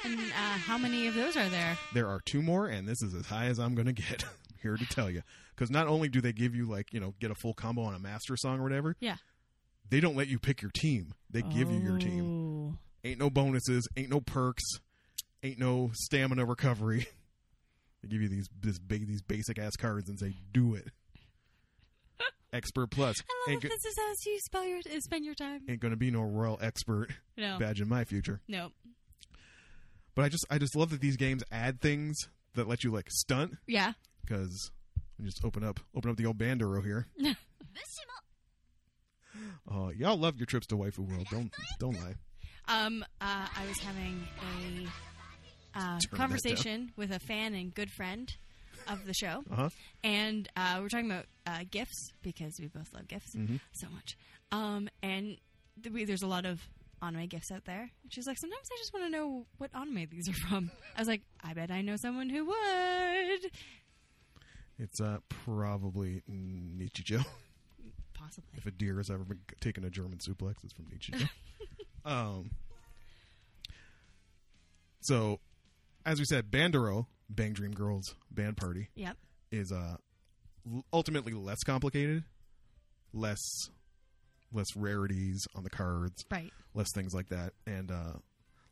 And uh, how many of those are there?
There are two more, and this is as high as I'm going to get. (laughs) I'm here to tell you, because not only do they give you like you know get a full combo on a master song or whatever,
Yeah.
they don't let you pick your team. They give you your team.
Oh.
Ain't no bonuses. Ain't no perks. Ain't no stamina recovery. (laughs) they give you these this big these basic ass cards and say do
(laughs)
it. Expert plus
I love
ain't
that
go-
this is how you spell your uh, spend your time.
ain't going to be no royal expert
No,
badge in my future.
no,
But I just I just love that these games add things that let you like stunt
yeah. (laughs)
because just open up open up the old bandero here.
Mm.
Uh, y'all love your trips to Waifu World. Don't don't lie.
Um, uh, I was having a uh,
that
conversation with a fan and good friend of the show,
Uh huh.
and uh, we we're talking about uh, gifts because we both love gifts
Mhm.
so much. Um, and th- we, there's a lot of anime gifts out there. And she's like, sometimes I just want to know what anime these are from. I was like, I bet I know someone who would.
It's uh probably Nichijou.
Possibly.
If a deer has ever been taken a German suplex, it's from Nichijou. um. So, as we said, Bandero Bang Dream Girls Band Party
Yep.
is uh l- ultimately less complicated, less less rarities on the cards,
Right.
less things like that, and uh,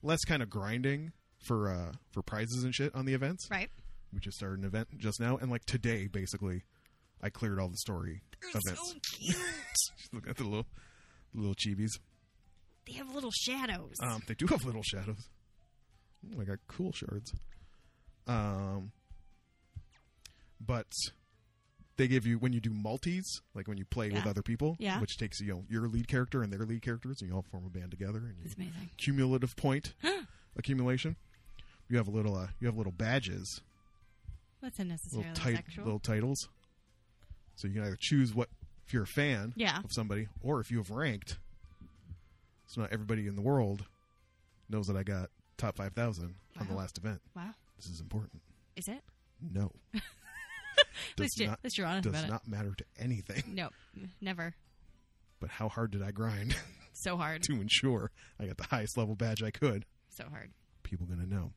less kind of grinding for uh, for prizes and shit on the events.
Right.
We just started an event just now, and like today, basically, I cleared all the story events.
cute.
Just Look at the little little chibis.
they have little shadows.
Um, they do have little shadows. Ooh, I got cool shards. Um, but they give you when you do multis, like when you play with
Yeah.
other people,
Yeah.
which takes you know your lead character and their lead characters, and you all form a band together, and you
it's amazing.
cumulative
(gasps)
point accumulation. You have a little, uh, you have little badges,
That's unnecessarily
little tit-
sexual.
little titles. So you can either choose what if you're a fan
Yeah.
of somebody, or if you have ranked. So not everybody in the world knows that I got top five thousand on the
Wow.
last event.
Wow.
This is important.
Is it? (laughs)
No,
At least,
does
you,
not
at least you're honest
does
about
not matter to
it.
anything. (laughs)
No, never.
But how hard did I grind (laughs)
So hard.
to ensure I got the highest level badge I could?
So hard.
People gonna know.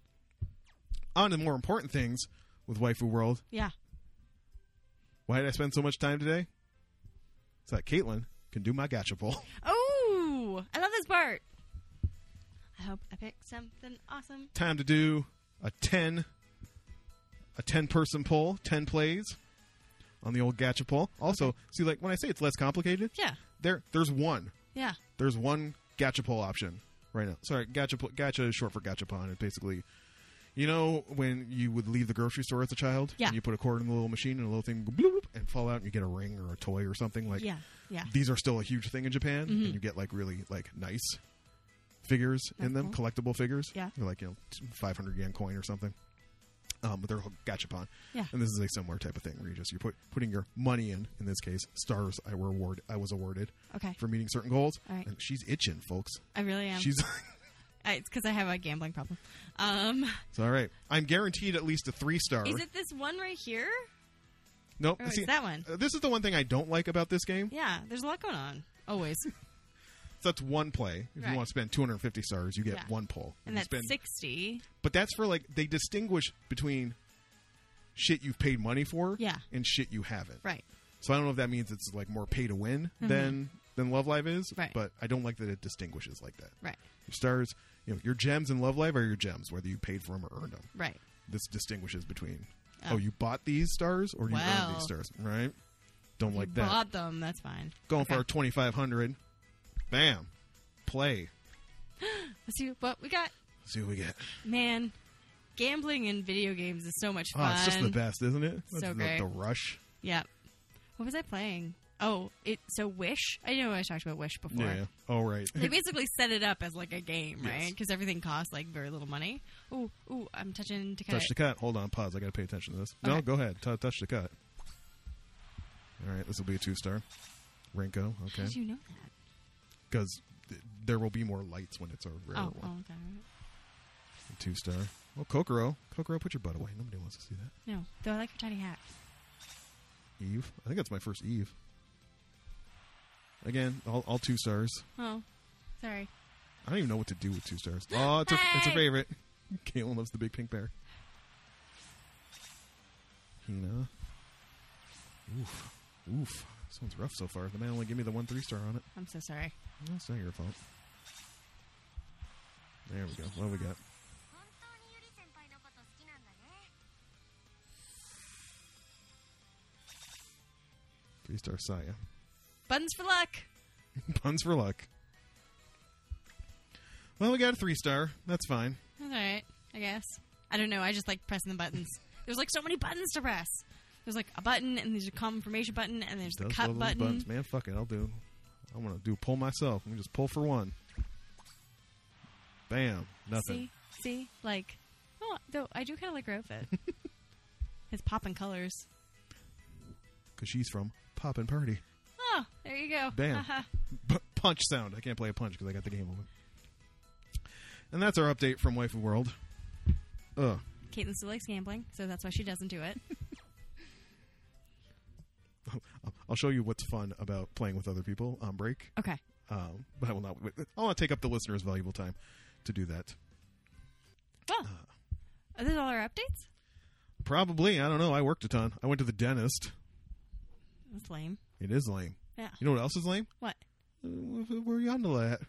On to more important things with Waifu World.
Yeah.
Why did I spend so much time today? So that Caitlin can do my gacha (laughs) poll.
Oh, I love this part. I hope I picked something awesome.
time to do a 10 a 10 person poll, 10 plays on the old gacha poll. Also, see like when I say it's less complicated,
Yeah.
there there's one.
Yeah.
There's one gacha poll option right now. Sorry, gacha po- gacha is short for gachapon. It basically you know when you would leave the grocery store as a child
Yeah.
and you put a cord in the little machine and a little thing bloop, bloop, and fall out and you get a ring or a toy or something like
yeah. Yeah. Mm-hmm.
these are still a huge thing in Japan, and you get like really like nice figures in them, collectible figures.
Yeah.
they're like you know five hundred yen coin or something. Um, but they're all gachapon.
Yeah.
and this is a similar type of thing where you just you're put, putting your money in. In this case, stars I were award I was awarded
Okay.
for meeting certain goals.
All right.
And she's itching, folks.
I really am.
She's (laughs)
I, it's because I have a gambling problem. Um,
it's all right. I'm guaranteed at least a three star.
is it this one right here?
nope.
Or
see,
is that one?
uh, this is the one thing I don't like about this game.
Yeah. There's a lot going on. Always.
So that's one play. If
Right.
you want to spend 250 stars, you get
Yeah.
one poll. If
And
you
that's
spend
60.
But that's for like they distinguish between shit you've paid money for
Yeah.
and shit you haven't.
Right. Mm-hmm.
So I don't know if that means it's like more pay to win than than Love Live is.
Right.
But I don't like that it distinguishes like that.
Right.
Your stars, you know, your gems in Love Live are your gems, whether you paid for them or earned them.
Right.
This distinguishes between
Oh.
oh, you bought these stars or you earned
Well.
these stars, right? Don't like
you
that.
bought them. That's fine.
Going
Okay.
for our twenty five hundred, bam, play.
Let's see what we got.
See what we get.
Man, gambling in video games is so much
Oh,
fun.
it's just the best, isn't it?
So
the,
great.
the rush.
Yeah. What was I playing? Oh, it so Wish. I know I talked about Wish before.
Yeah. All right. (laughs)
They basically set it up as like a game, right?
Yes.
Because everything costs like very little money. Ooh, ooh, I'm touching to cut.
Touch the cut. Hold on, pause. I got to pay attention to this. No,
Okay.
go ahead. T- touch the cut. All right, this will be a two star. Rinko,
How did
okay,
you know that?
because th- there will be more lights when it's a rare
Oh,
one.
oh, okay. all
Two star. Well, Kokoro, Kokoro, put your butt away. Nobody wants to see that.
right. No, though I like your tiny hat.
Eve, I think that's my first Eve. Again, all, all two stars.
Oh, sorry.
I don't even know what to do with two stars. Oh, it's a, it's a
Hey!
favorite. Caitlin loves the big pink bear. Hina. Oof. Oof. This one's rough so far. The man only gave me the one three star on it.
I'm so sorry.
That's not your fault. There we go. What do we got?
本当にゆり先輩のこと好きなんだね
Three star Saya. (laughs)
Buttons for luck.
Puns for luck. Well, we got a three star. That's fine.
That's all right, I guess. I don't know. I just like pressing
(laughs)
the buttons. There's like so many buttons to press. There's like a button, and there's a confirmation button, and there's the
Those
cut
little
button.
buttons. Man, fuck it. I'll do. I want to do pull myself. Let me just pull for one. Bam. Nothing.
See, see, like, oh, though I do kind of like
(laughs)
her outfit. His poppin' colors.
because she's from Poppin' Party.
Oh, there you go. Uh-huh.
Bam.
Haha.
B- punch sound. I can't play a punch because I got the game open. And that's our update from Waifu World. Ugh.
Caitlin still likes gambling, so that's why she doesn't do it.
I'll show you what's fun about playing with other people on break,
(laughs) Okay.
um, but I will not. I'll not take up the listener's valuable time to do that.
Well, are those all our updates?
Probably. I don't know. I worked a ton. I went to the dentist.
That's lame.
It is lame.
Yeah.
You know what else is lame?
What?
Uh, Where Yondola at?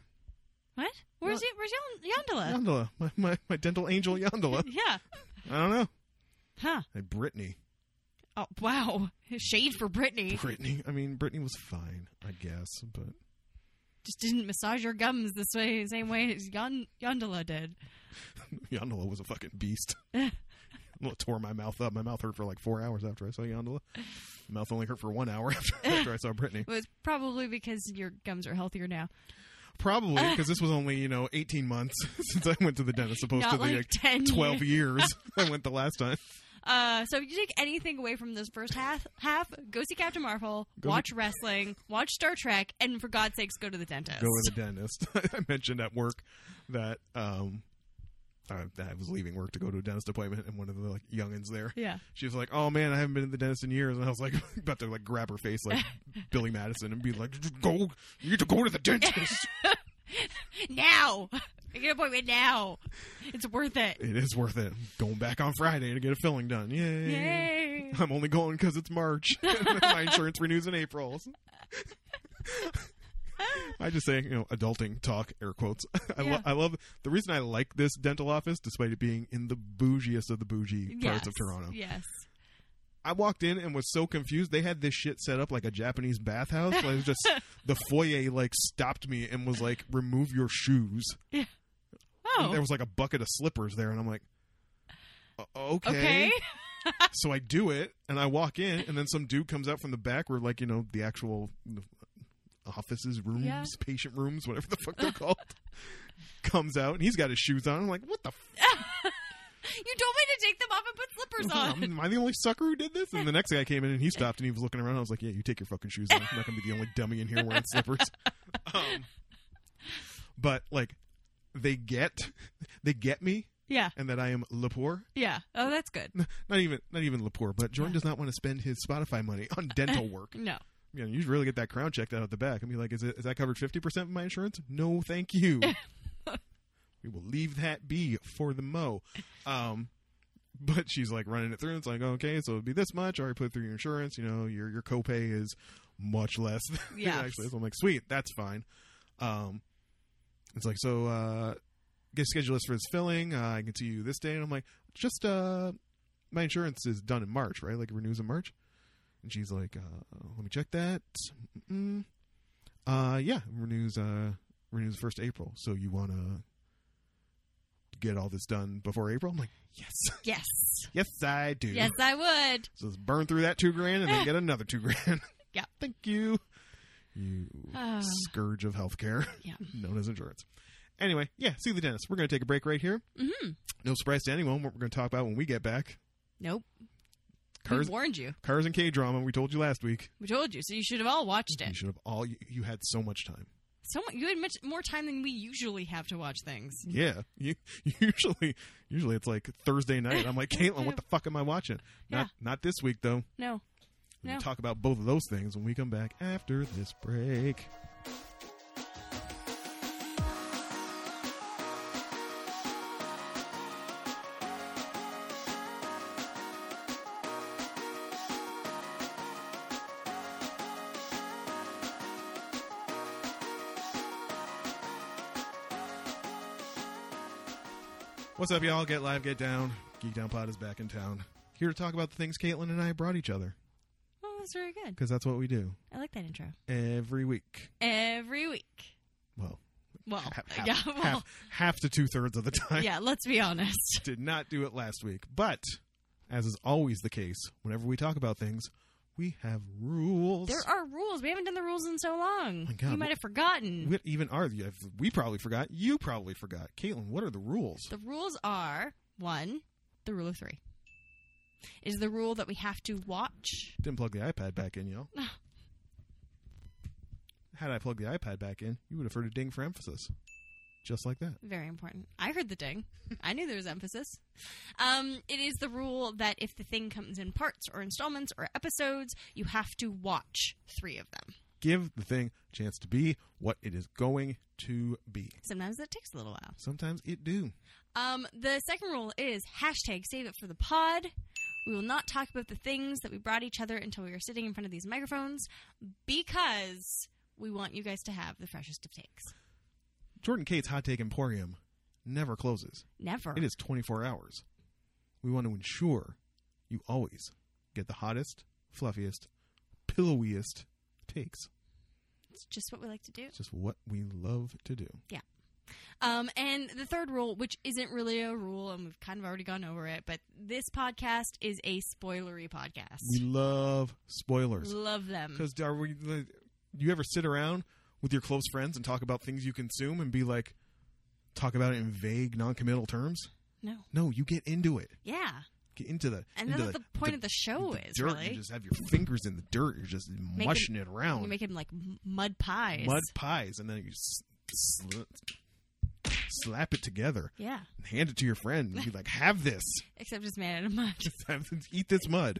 What? Where's y Where's Yon- Yondola?
Yondola. My, my, my dental angel Yondola.
Yeah.
I don't know.
Huh.
And Brittany.
Oh wow. Shade for Brittany.
Brittany. I mean, Brittany was fine, I guess, but
just didn't massage your gums the way, same way as Yon- Yondola did.
Yondola was a fucking
(laughs)
beast. Well, it tore my mouth up. My mouth hurt for like four hours after I saw Yondola. My mouth only hurt for one hour (laughs) after, after I saw Brittany.
It was probably because your gums are healthier now. (laughs)
Probably because this was only you know eighteen months (laughs) since I went to the dentist, opposed
Not
to the
like 10
twelve years I went the last
(laughs)
time.
Uh, so if you take anything away from this first half, half go see Captain Marvel,
Go-
watch wrestling, watch Star Trek, and for God's sakes, go to the dentist.
Go to the dentist. (laughs) I mentioned at work that um, I, I was leaving work to go to a dentist appointment, and one of the like youngins there
yeah.
She was like, "Oh man, I haven't been to the dentist in years," and I was like, (laughs) about to like grab her face
(laughs)
like Billy Madison and be like, "Go, you need to go to the
(laughs)
dentist.
Now! Make an appointment now! It's worth it.
it is worth it. Going back on Friday to get a filling done. Yay!
Yay!
I'm only going because it's
(laughs)
March. (laughs) My insurance renews in April. I just say, you know, adulting talk, air quotes. (laughs) I, lo-
Yeah.
I love the reason I like this dental office, despite it being in the bougiest of the bougie parts of
Yes.
Toronto.
Yes.
I walked in and was so confused. They had this shit set up like a Japanese bathhouse. Like it was
(laughs)
just the foyer like stopped me and was like, "Remove your shoes." And
Oh.
there was like a bucket of slippers there, and I'm like, "O- "Okay."
okay. (laughs)
So I do it, and I walk in, and then some dude comes out from the back where like you know the actual offices, rooms,
Yeah.
patient rooms, whatever the fuck they're (laughs) called, comes out, and he's got his shoes on. I'm like, "What the f-
You told me to take them off and put (laughs) slippers on.
Am I the only sucker who did this? And the next guy came in and he stopped and he was looking around. I was like, "Yeah, you take your fucking shoes off. I'm not gonna be the only dummy in here wearing slippers." Um, but like, they get, they get me,
Yeah.
and that I am Lepore.
Yeah. Oh,
(laughs)
that's good.
Not even, not even Lepore. But Jordan does not want to spend his Spotify money on dental work.
No.
You know, you should really get that crown checked out at the back. I mean, like, is it is that covered fifty percent of my insurance? No, thank you. we will leave that be for the mo. Um, but she's like running it through. It's like okay, so it'd be this much. Already put through your insurance. You know, your your copay is much less. than
Yes.
actually, so I'm like, sweet, that's fine. Um, it's like so. uh Get scheduled for his filling. Uh, I can see you this day, and I'm like, just uh, my insurance is done in March, right? Like it renews in March. And she's like, uh, let me check that. Mm. Uh, yeah, renews uh renews first April. So you wanna get all this done before April? I'm like, yes, (laughs)
Yes.
yes, I do.
Yes, I would.
So let's burn through that two grand and then get another two grand. (laughs)
Yeah.
thank you, you
Ah.
scourge of healthcare (laughs)
Yeah.
known as insurance. Anyway, yeah, see the dentist. We're gonna take a break right here.
Mhm.
No surprise to anyone. What we're gonna talk about when we get back.
Nope.
Cars,
We warned you.
Cars and K drama. We told you last week.
We told you. So you should have all watched
You
it.
should have all. You, you had so much time.
So mu- you had much more time than we usually have to watch (laughs) things.
Yeah. You, usually, usually it's like Thursday night. I'm like, Caitlin, what the fuck am I watching? Not, not this week though.
No.
We'll
No.
talk about both of those things when we come back after this break. What's up, y'all? Get live, get down. Geek Down Pod is back in town. Here to talk about the things Caitlin and I brought each other
Well, that's very good.
because that's what we do
I like that intro.
every week.
Every week.
Well,
Well,
half, half,
Oh, (laughs) yeah, well,
half, half to two thirds of the time.
yeah. Let's be honest.
(laughs) Did not do it last week, but as is always the case, whenever we talk about things, we have rules.
There are rules. We haven't done the rules in so long.
My God,
you might
what-
have forgotten.
what even are the? if We probably forgot. You probably forgot. Caitlin, what are the rules?
The rules are one, the rule of three. Is the rule that we have to watch.
Didn't plug the iPad back in,
(laughs)
y'all. Had I plugged the iPad back in, you would have heard a ding for emphasis, just like that.
Very important. I heard the ding. I knew there was emphasis. Um, it is the rule that if the thing comes in parts or installments or episodes, you have to watch three of them.
Give the thing a chance to be what it is going to be.
Sometimes that takes a little while.
Sometimes it do.
Um, the second rule is hashtag save it for the pod. We will not talk about the things that we brought each other until we are sitting in front of these microphones because we want you guys to have the freshest of takes.
Jordan Kate's Hot Take Emporium never closes.
Never.
It is 24 hours. We want to ensure you always get the hottest, fluffiest, pillowiest takes.
It's just what we like to do.
It's just what we love to do.
Um, and the third rule, which isn't really a rule, and we've kind of already gone over it, but this podcast is a spoilery podcast.
We love spoilers.
Love them.
Because are we? Do you ever sit around with your close friends and talk about things you consume and be like, talk about it in vague, non-committal terms?
No.
No, you get into it.
Yeah.
Get into the.
And
into
that's what the point of the show
the
is,
dirt.
really.
You just have your fingers in the dirt. You're just mushing it around.
You make them like m- mud pies.
mud pies, and then you s- sl- slap it together
Yeah.
and hand it to your friend and be like, "Have this, (laughs)
Except it's made out of mud.
Have this- eat this mud,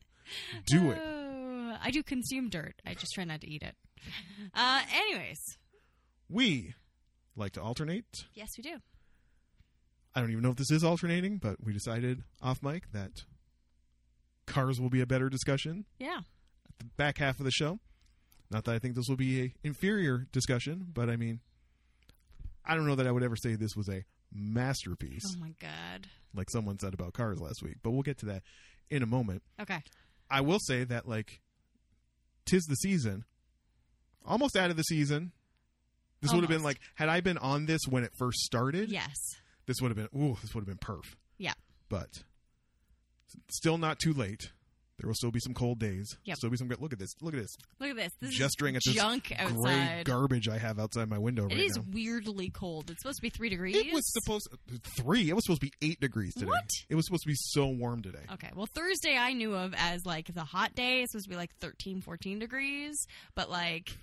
do it."
Oh, I do consume dirt. I just try not to eat it. Uh, anyways,
We like to alternate.
yes, we do.
I don't even know if this is alternating, but we decided off mic that cars will be a better discussion
Yeah.
at the back half of the show. Not that I think this will be a inferior discussion, but I mean, I don't know that I would ever say this was a masterpiece
Oh my god.
like someone said about cars last week, but we'll get to that in a moment.
Okay.
I will say that like tis the season. Almost out of the season. This would have been
Almost.
like had I been on this when it first started,
Yes.
this would have been ooh, this would have been perf.
Yeah.
But s- still not too late. There will still be some cold days.
Yep.
Still be some good. Look at this. Look at this.
Look at this. This
Gesturing at
is
this
junk
Gray
outside.
garbage I have outside my window
It
right
is
now.
weirdly cold. It's supposed to be three degrees.
It was supposed three. It was supposed to be eight degrees today.
What?
It was supposed to be so warm today.
Okay. Well, Thursday I knew of as like the hot day. It's supposed to be like 13, 14 degrees, but like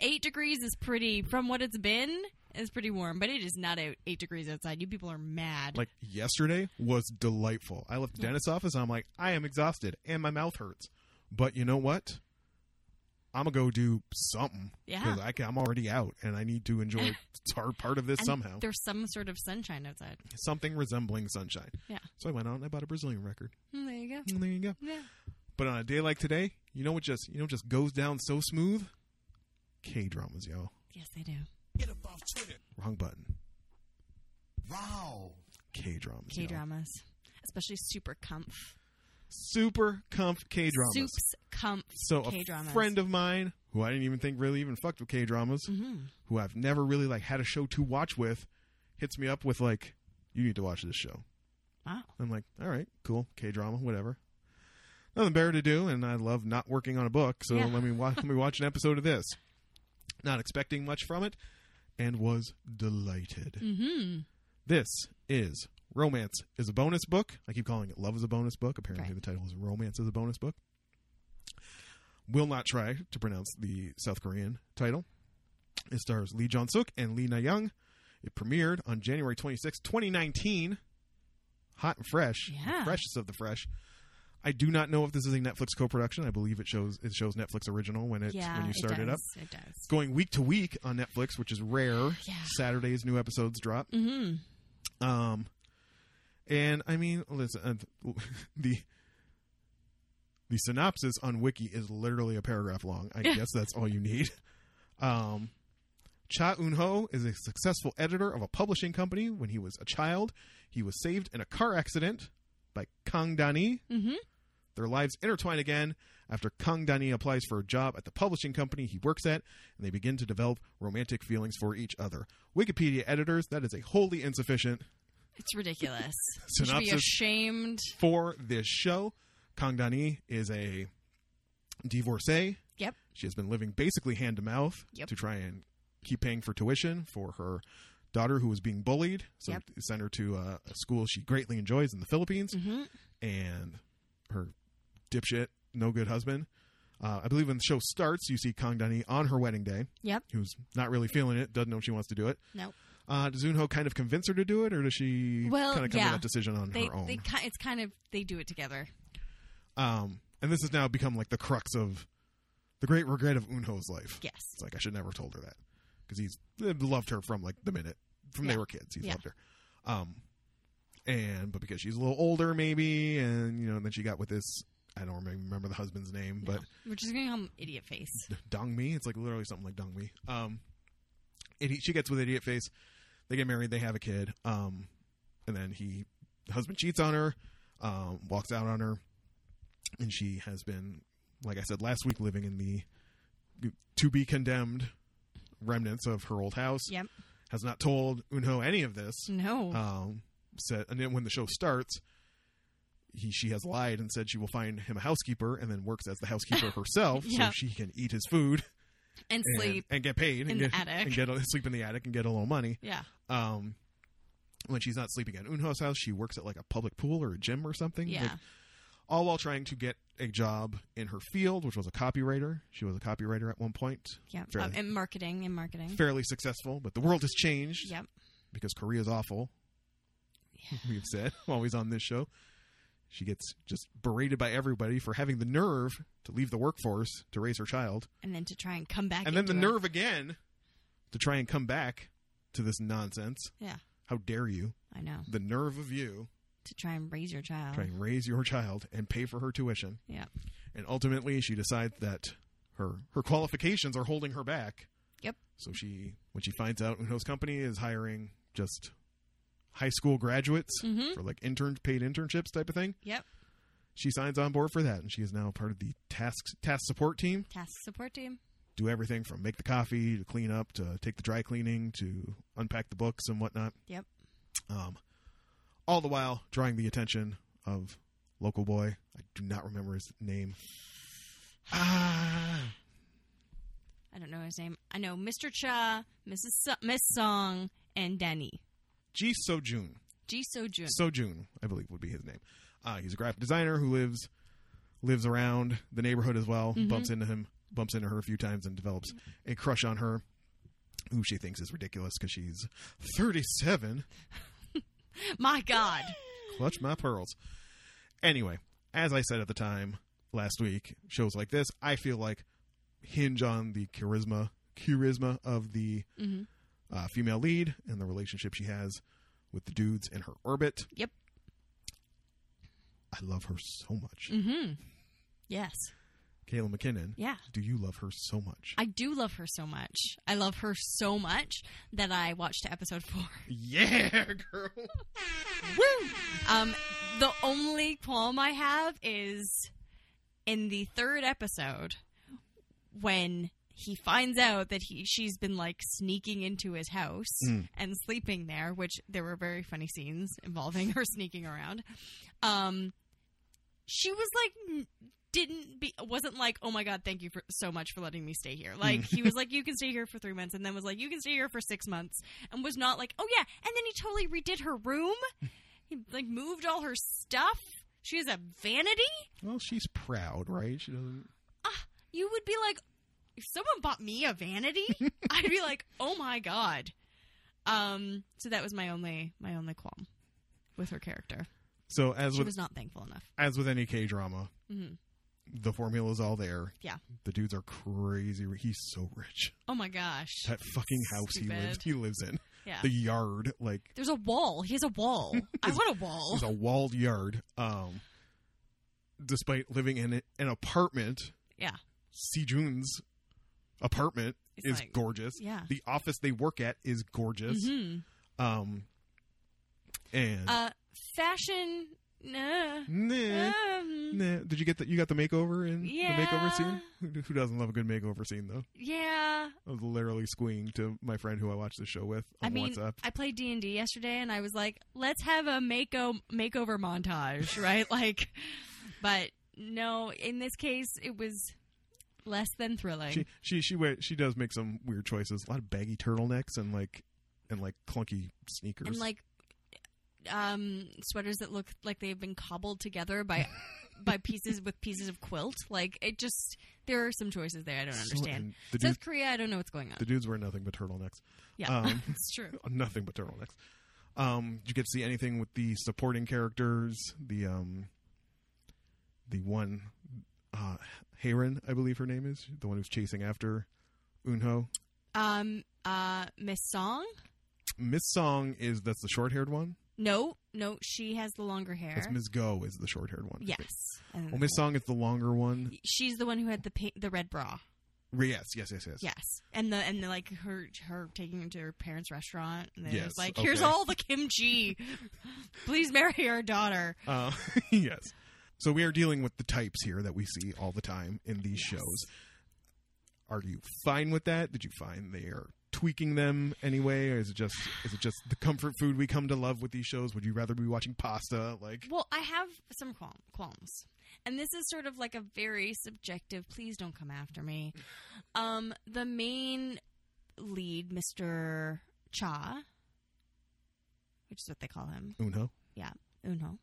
8 degrees is pretty from what it's been, it's pretty warm, but it is not out 8 degrees outside. You people are mad.
Like yesterday was delightful. I left the
Yeah.
dentist's office. I'm like, I am exhausted and my mouth hurts. But you know what? I'm gonna go do something
Yeah.
I can, I'm already out and I need to
(laughs)
enjoy the hard part of this
And
somehow.
There's some sort of sunshine outside.
Something resembling sunshine.
Yeah.
So I went out and I bought a Brazilian record.
Mm, There you go.
And there you go.
Yeah.
But on a day like today, you know what just you know what just goes down so smooth? K dramas, y'all.
Yes, they do.
Get up off Twitter.
Wrong button.
Wow.
K dramas.
K dramas. Especially super comf.
Super comf K dramas.
Soups, comf,
So
K
a
dramas.
friend of mine who I didn't even think really even fucked with K dramas, who I've never really like had a show to watch with, hits me up with like, "You need to watch this show."
Wow.
I'm like, "All right, cool, K drama, whatever." Nothing better to do, and I love not working on a book, so
Yeah.
let me wa- (laughs) let me watch an episode of this. Not
Mm-hmm.
expecting much from it, and was delighted.
Mm hmm.
This is Romance is a bonus book. I keep calling it Love is a bonus book. Apparently,
Right.
the title is Romance is a bonus book. Will not try to pronounce the South Korean title. It stars Lee Jong Suk and Lee Na Young. It premiered on January 26, 2019. Hot and fresh.
Yeah.
The freshest of the fresh. I do not know if this is a Netflix co-production. I believe it shows it shows Netflix original when it
yeah,
when you start
it
it, up.
does. It does.
It's going week to week on Netflix, which is rare.
Yeah.
Saturdays new episodes drop.
Mm-hmm.
Um, and I mean, listen, uh, (laughs) the the synopsis on Wiki is literally a paragraph long. I guess that's all you need. (laughs) Um, Cha Eun Ho is a successful editor of a publishing company. When he was a child, he was saved in a car accident by Kang Dani.
Mm-hmm.
Their lives intertwine again after Kang Dani applies for a job at the publishing company he works at, and they begin to develop romantic feelings for each other. Wikipedia editors, that is a wholly insufficient
It's
(laughs)
ridiculous. You should be
Synopsis.
ashamed.
for this show. Kang Dani is a divorcee.
Yep.
She has been living basically hand to mouth
Yep.
to try and keep paying for tuition for her daughter who was being bullied. So
Yep.
they sent her to uh, a school she greatly enjoys in the Philippines.
Mm-hmm.
and her dipshit, no good husband. Uh, I believe when the show starts, you see Kang Dani on her wedding day,
Yep.
who's not really feeling it, doesn't know if she wants to do it.
No.
Uh, does Eunho kind of convince her to do it, or does she
Well,
kind of come
yeah.
to that decision on
They,
her own?
they, ki- it's kind of they do it together.
um, and this has now become like the crux of the great regret of Unho's life.
Yes.
It's like I should never told her that because he's uh, loved her from like the minute from
Yeah.
they were kids. He's
Yeah.
loved her, um, and but because she's a little older, maybe, and you know, and then she got with this. I don't remem- remember the husband's name, but
We're just gonna call him idiot face.
Dong Me. It's like literally something like Dong Me. Um, and he, she gets with Idiot Face. They get married. They have a kid. Um, and then he, the husband cheats on her, um, walks out on her, and she has been, like I said last week, living in the to be condemned remnants of her old house.
Yep.
Has not told Unho any of this.
No.
Um, said, and then when the show starts, he she has lied and said she will find him a housekeeper and then works as the housekeeper herself,
Yeah.
so she can eat his food
and
and,
sleep.
and get paid
in
and
the
get,
attic.
and get a, sleep in the attic and get a little money.
yeah.
Um, when she's not sleeping at Unho's house, she works at like a public pool or a gym or something.
Yeah.
Like, all while trying to get a job in her field, which was a copywriter. She was a copywriter at one point,
yeah.
fairly-
Um, and marketing. And marketing.
fairly successful. But the world has changed
Yep.
because Korea's awful. (laughs) We've said always on this show. She gets just berated by everybody for having the nerve to leave the workforce to raise her child,
And then to try and come back.
and then the
into it.
nerve again to try and come back to this nonsense.
Yeah.
How dare you?
I know.
The nerve of you
To try and raise your child.
try and raise your child and pay for her tuition.
Yeah.
And ultimately, she decides that her her qualifications are holding her back.
Yep.
So she, when she finds out Uno's company is hiring just high school graduates
Mhm.
for like intern paid internships type of thing,
Yep.
she signs on board for that, and she is now part of the task task support team.
Task support team.
Do everything from make the coffee to clean up to take the dry cleaning to unpack the books and whatnot.
Yep.
Um, all the while drawing the attention of local boy. I do not remember his name. Ah,
I don't know his name. I know Mr. Cha, Mrs. So- Miss Song, and Danny.
Ji Sojun.
Ji Sojun.
Sojun, I believe, would be his name. Uh, he's a graphic designer who lives lives around the neighborhood as well. Bumps into him, bumps into her a few times, and develops a crush on her, who she thinks is ridiculous because she's thirty seven.
My God.
Clutch my pearls. Anyway, as I said at the time last week, shows like this, I feel like hinge on the charisma charisma of the
Mhm.
uh, female lead and the relationship she has with the dudes in her orbit.
Yep.
I love her so much.
Mm-hmm. Yes.
Kayla McKinnon,
Yeah.
do you love her so much?
I do love her so much. I love her so much that I watched episode four.
(laughs) yeah, girl.
Woo! Um, the only qualm I have is in the third episode when he finds out that he she's been like sneaking into his house
Mm.
and sleeping there, which there were very funny scenes involving her (laughs) sneaking around. Um, she was like n- didn't be wasn't like oh my god thank you for so much for letting me stay here like he was like you can stay here for three months and then was like you can stay here for six months and was not like oh yeah and then he totally redid her room moved all her stuff. She has a vanity.
Well, she's proud, right? She doesn't.
You would be like, if someone bought me a vanity, I'd be like, oh my god. Um. So that was my only my only qualm with her character.
So as
She
with
was not thankful enough.
as with any K drama,
Mhm.
the formula is all there.
Yeah.
The dudes are crazy. ri- He's so rich.
Oh my gosh.
That fucking house he lives
Stupid.
he lives in,
Yeah.
the yard, like
There's a wall. He has a
(laughs)
wall. I want a wall.
is a walled yard. Um, despite living in a- an apartment,
Yeah.
Sejun's apartment
It's
is
like-
gorgeous.
yeah.
The office they work at is gorgeous.
hmm
Um, and
Uh, fashion. Nah.
nah,
Um,
nah. did you get that? You got the makeover in the makeover
Yeah.
scene. Who, who doesn't love a good makeover scene though?
yeah.
I was literally squeeing to my friend who I watched the show with
I
on
mean,
WhatsApp.
I played D and D yesterday, and I was like, "Let's have a mako makeover montage, (laughs) right?" like, but no. In this case, it was less than thrilling.
She she she wa- she does make some weird choices. A lot of baggy turtlenecks and like and like clunky sneakers.
and like um sweaters that look like they've been cobbled
(laughs)
together by by pieces with pieces of quilt like it just there are some choices there i don't
So-
understand
and the
south
dudes,
korea i don't know what's going on
the dudes wear nothing but turtlenecks.
yeah
um,
(laughs) it's true
Nothing but turtlenecks. Um, did you get to see anything with the supporting characters? The um, the one, uh, Heiren, I believe her name is the one who's chasing after Unho.
um uh miss song
Miss Song is that's the short haired one.
no no she has the longer hair
That's Miss Oh, Go is the short haired one. I think.
yes And
Well, Miss Song is the longer one.
she's the one who had the pa- the red bra
Yes, yes, yes, yes.
yes and the and the like her her taking her to her parents restaurant and then
Yes,
it's like here's
okay.
all the kimchi please marry our daughter
Uh, (laughs) yes. So we are dealing with the types here that we see all the time in these
Yes.
shows. Are you fine with that? Did you find they are tweaking them anyway, or is it just is it just the comfort food we come to love with these shows? Would you rather be watching pasta? Like,
Well, I have some qualm, qualms, and this is sort of like a very subjective. Please don't come after me. Um, the main lead, Mister Cha, which is what they call him,
Uno,
Uno.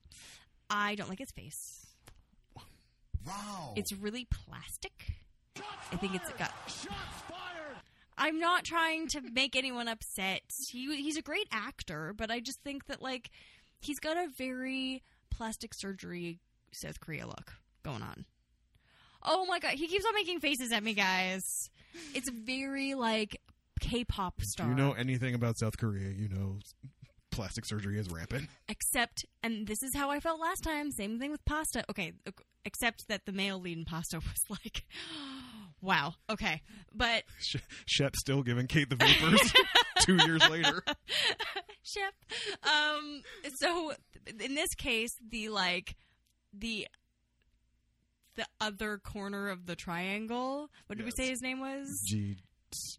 I don't like his face.
Wow.
It's really plastic. I think it's got. I'm not trying to make anyone upset. He, he's a great actor, but I just think that like he's got a very plastic surgery South Korea look going on. Oh my god, he keeps on making faces at me, guys. It's very like K-pop
do
star.
you know anything about South Korea? You know, plastic surgery is rampant. (laughs)
except and this is how i felt last time same thing with pasta okay except that the male lead in pasta (laughs) was like (gasps) wow okay but
Sh- Shep still giving Kate the vapors two years later.
(laughs) chef um so in this case the like the the other corner of the triangle what did we
Yes.
say his name was
G.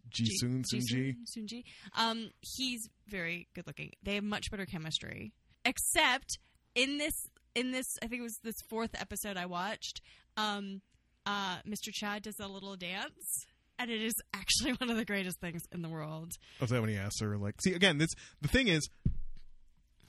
G. Soon, Soon G.
Soon Ji. Um, he's very good looking. They have much better chemistry. Except in this, in this, I think it was this fourth episode I watched. Um, uh, Mr. Chad does a little dance, and it is actually (laughs) one of the greatest things in the world.
Of that when he asks her, like, see, again, this the thing is,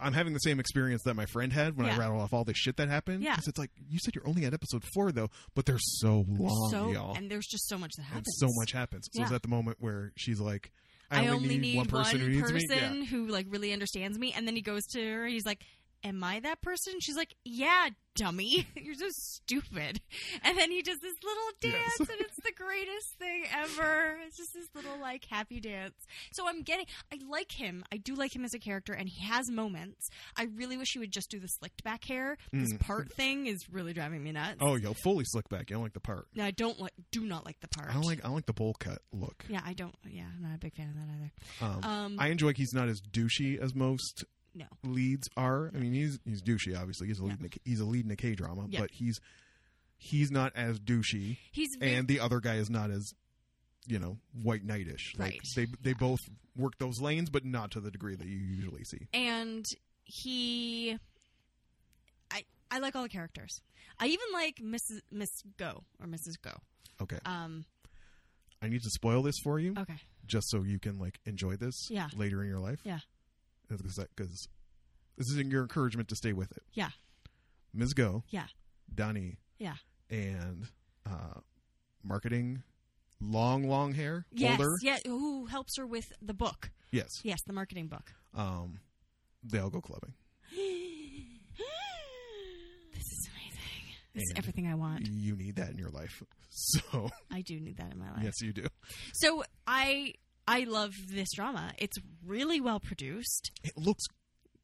I'm having the same experience that my friend had when I
Yeah.
rattle off all this shit that happened.
Yeah.
'Cause it's like you said you're only at episode four though, but they're so long,
so,
y'all, and,
and there's just so much that happens.
so much happens. So
Yeah.
it's at the moment where she's like,
I, only need, one person,
who needs me. Yeah.
who like really understands me, and then he goes to her. He's like. Am I that person? She's like, Yeah, dummy. (laughs) You're so stupid. And then he does this little dance,
Yes.
and it's the greatest thing ever. It's just this little, like, happy dance. So I'm getting, I like him. I do like him as a character, and he has moments. I really wish he would just do the slicked back hair. This
Mm.
part thing is really driving me nuts.
Oh, yo, fully slick back. I don't like the part.
No, I don't like, do not like the part.
I don't like. I don't like the bowl cut look.
yeah, I don't, yeah, I'm not a big fan of that either.
Um,
Um,
I enjoy he's not as douchey as most
No.
leads are. I mean, he's he's douchey. Obviously, he's a lead. In a, he's a lead in a K drama,
Yeah.
but he's he's not as douchey,
He's very
and the other guy is not as you know white knightish. Like
Right.
they they both work those lanes, but not to the degree that you usually see.
and he I I like all the characters. I even like Mrs. Miss Go or Mrs. Go.
Okay,
Um
I need to spoil this for you
okay.
just so you can like enjoy this
Yeah.
later in your life.
Yeah.
because This is your encouragement to stay with it.
Yeah.
Ms. Go,
Yeah.
Donnie,
Yeah.
and uh, marketing, long, long hair,
Yes.
older.
Yeah. Who helps her with the book?
Yes.
Yes, the marketing book. (gasps)
Um, they all go clubbing.
this is amazing. This is
And-
everything I want.
You need that in your life. (laughs) So,
I do need that in my life.
yes, you do.
So I I love this drama. It's really well produced.
It looks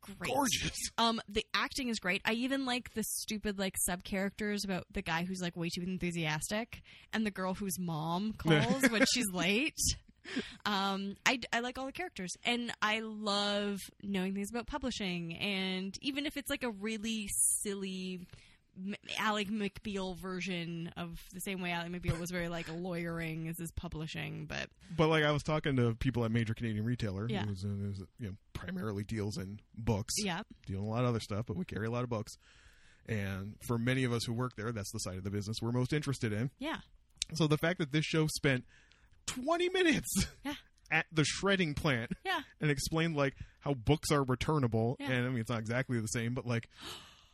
Great. (laughs)
gorgeous.
Um, the acting is great. I even like the stupid like sub characters about the guy who's like way too enthusiastic and the girl whose mom calls when she's late. Um, I, I like all the characters and I love knowing things about publishing and even if it's like a really silly M- Alec McBeal version of the same way Alec McBeal was very like lawyering is his publishing, but
But like I was talking to people at Major Canadian Retailer,
Yeah.
who's, uh, who's you know primarily deals in books.
yeah,
dealing a lot of other stuff, but we carry a lot of books. And for many of us who work there, that's the side of the business we're most interested in.
yeah,
So the fact that this show spent 20 minutes
Yeah.
(laughs) at the shredding plant
yeah,
and explained like how books are returnable,
Yeah.
and I mean it's not exactly the same, but like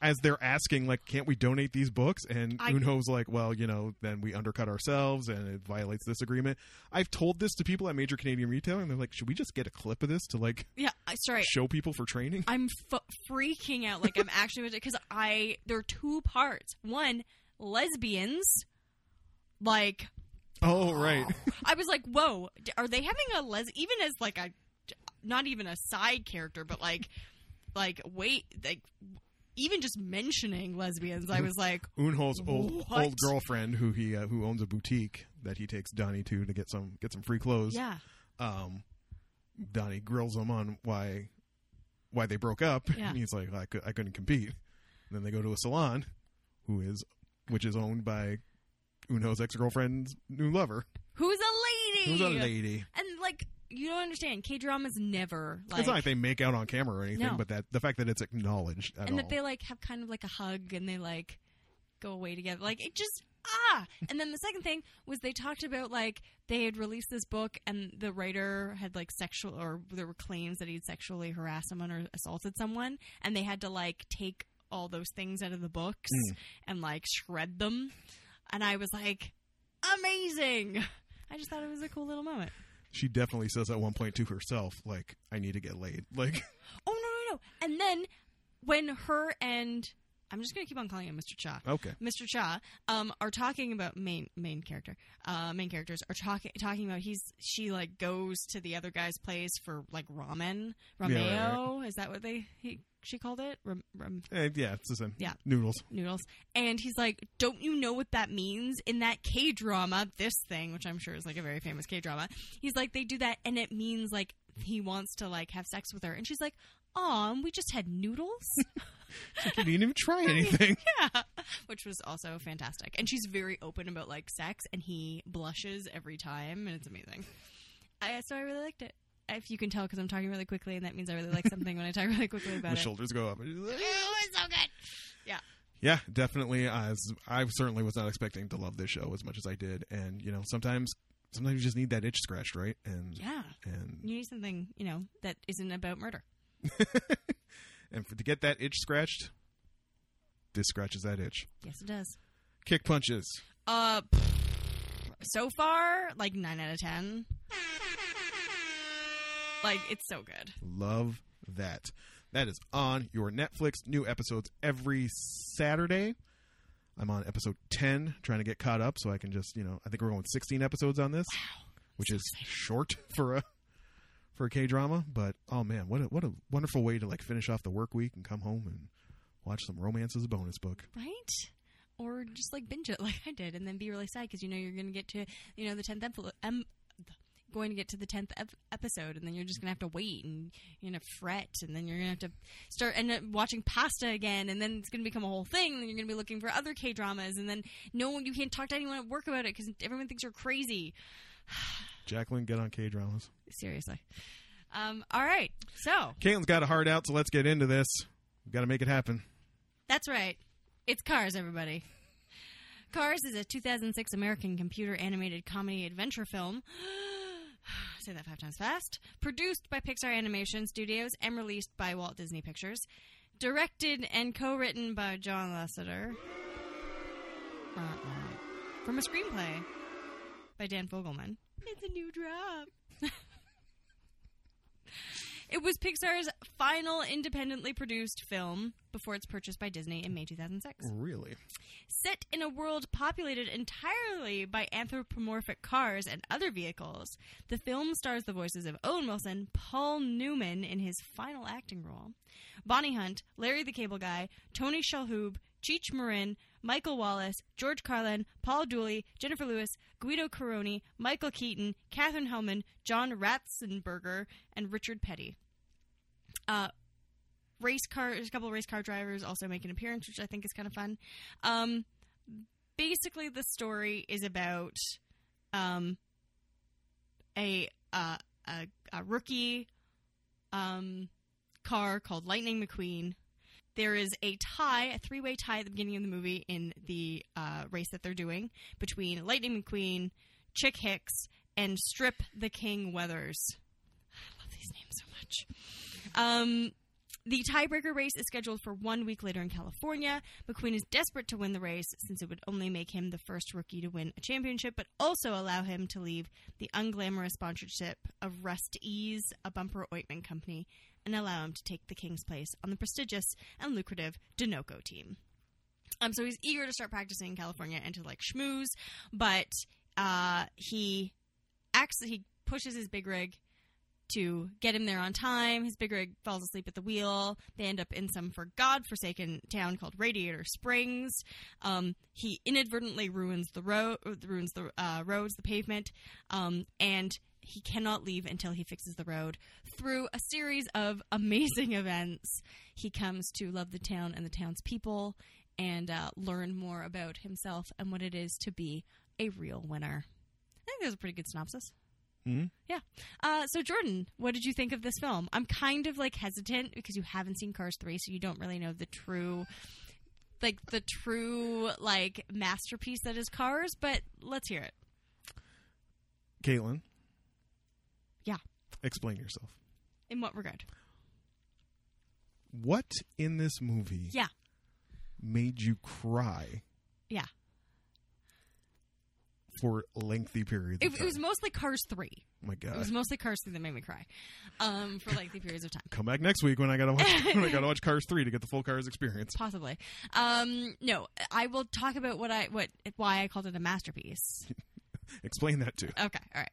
as they're asking like, can't we donate these books? And
I-
Uno's like, well, you know, then we undercut ourselves and it violates this agreement. I've told this to people at Major Canadian Retailer, and they're like, should we just get a clip of this to like
yeah. I- Sorry,
show people for training? (laughs)
I'm f- freaking out. Like I'm actually because I there are two parts. One, lesbians. Like
Oh,
(gasps)
right.
I was like, whoa, d- are they having a les? Even as like a, not even a side character, but like, like wait, like even just mentioning lesbians, I was like,
Unhol's old
What?
old girlfriend, who he uh, who owns a boutique that he takes Donnie to to get some get some free clothes.
yeah,
Um, Donnie grills him on why why they broke up, (laughs)
Yeah.
and he's like, I, cou- I couldn't compete. And then they go to a salon, who is which is owned by Unho's ex girlfriend's new lover,
who's a lady?
who's a lady.
And like you don't understand, K dramas never like.
it's not like they make out on camera or anything,
No.
but that the fact that it's acknowledged at
and
all.
that they like have kind of like a hug and they like go away together like it just ah and then the second thing was they talked about like they had released this book and the writer had like sexual or there were claims that he'd sexually harassed someone or assaulted someone and they had to like take all those things out of the books
Mm.
and like shred them and i was like amazing i just thought it was a cool little moment
she definitely says at one point to herself, like, I need to get laid. (laughs) Like
oh no no no and then when her and i'm just gonna keep on calling him mr cha
Okay.
Mr. Cha um, are talking about main main character uh, main characters are talking talking about he's she like goes to the other guy's place for like ramen
right,
Romeo is that what they he, she called it Ram, ram,
And yeah, it's the same.
Yeah.
Noodles. (laughs)
noodles and he's like don't you know what that means in that K drama this thing which I'm sure is like a very famous K drama he's like they do that and it means like he wants to like have sex with her and she's like um we just had noodles
Like, you didn't even try anything.
Yeah. (laughs) Which was also fantastic. And she's very open about like sex and he blushes every time and it's amazing. I so I really liked it. If you can tell cuz I'm talking really quickly and that means I really like something when I talk really quickly
The
about (laughs) it.
shoulders go up.
it's so good.
Yeah, definitely. As I certainly was not expecting to love this show as much as I did, and you know, sometimes, sometimes you just need that itch scratched, right? And
Yeah.
and
You need something, you know, that isn't about murder.
and for, to get that itch scratched, this scratches that itch.
Yes, it does.
Kick punches.
Uh pfft, so far like 9 out of 10. Like it's so good.
Love that. That is on your Netflix. New episodes every Saturday. I'm on episode 10, trying to get caught up so I can just, you know, I think we're going 16 episodes on this, which is short for a for a K drama, but oh man, what a what a wonderful way to like finish off the work week and come home and watch some romance as a bonus book.
right? Or just like binge it (laughs) like I did, and then be really sad because you know you're going to get to you know the tenth episode. Um, going to get to the tenth ep- episode, and then you're just going to have to wait, and you're going to fret, and then you're going to have to start and uh, watching pasta again, and then it's going to become a whole thing. And then you're going to be looking for other K dramas, and then no one you can't talk to anyone at work about it because everyone thinks you're crazy.
Jacqueline, get on K dramas.
Seriously. Um, all right, so
Caitlin's got a heart out, so let's get into this. We've got to make it happen.
That's right. It's Cars, everybody. Cars is a 2006 American computer animated comedy adventure film (gasps) Say that five times fast. Produced by Pixar Animation Studios and released by Walt Disney Pictures. Directed and co written by John Lasseter. Uh-uh. From a screenplay by Dan Fogelman. It's a new drop. (laughs) It was Pixar's final independently produced film before its purchase by Disney in May 2006.
Really?
Set in a world populated entirely by anthropomorphic cars and other vehicles, the film stars the voices of Owen Wilson, Paul Newman in his final acting role, Bonnie Hunt, Larry the Cable Guy, Tony Shalhoub, Cheech Marin, Michael Wallace, George Carlin, Paul Dooley, Jennifer Lewis, Guido Caroni, Michael Keaton, Katherine Hellman, John Ratzenberger, and Richard Petty. Uh, race car there's a couple race car drivers also make an appearance which i think is kind of fun um basically the story is about um a uh a, a rookie um car called lightning mcqueen there is a tie, a three way tie at the beginning of the movie in the uh, race that they're doing between Lightning McQueen, Chick Hicks, and Strip the King Weathers. I love these names so much. Um, the tiebreaker race is scheduled for one week later in California. McQueen is desperate to win the race since it would only make him the first rookie to win a championship, but also allow him to leave the unglamorous sponsorship of Rust Ease, a bumper ointment company, and allow him to take the king's place on the prestigious and lucrative Denoco team. Um, so he's eager to start practicing in California and to like schmooze, but uh, he acts. He pushes his big rig to get him there on time. His big rig falls asleep at the wheel. They end up in some for godforsaken town called Radiator Springs. Um, he inadvertently ruins the road, ruins the uh, roads, the pavement, um, and he cannot leave until he fixes the road. Through a series of (laughs) amazing events, he comes to love the town and the town's people, and uh, learn more about himself and what it is to be a real winner. I think that was a pretty good synopsis. Yeah. Uh, so, Jordan, what did you think of this film? I'm kind of like hesitant because you haven't seen Cars three, so you don't really know the true, like the true like masterpiece that is Cars. But let's hear it.
Caitlin,
Yeah.
explain yourself.
In what regard?
What in this movie
Yeah.
made you cry
Yeah.
for lengthy periods
It,
of
it
time?
was mostly Cars three.
Oh my
It
God.
was mostly Cars three that made me cry, um, for like the periods of time.
Come back next week when I gotta
(laughs)
watch, when I gotta watch Cars three to get the full Cars experience.
Possibly. Um, no, I will talk about what I what why I called it a masterpiece
Explain that too.
(laughs) Okay, all right.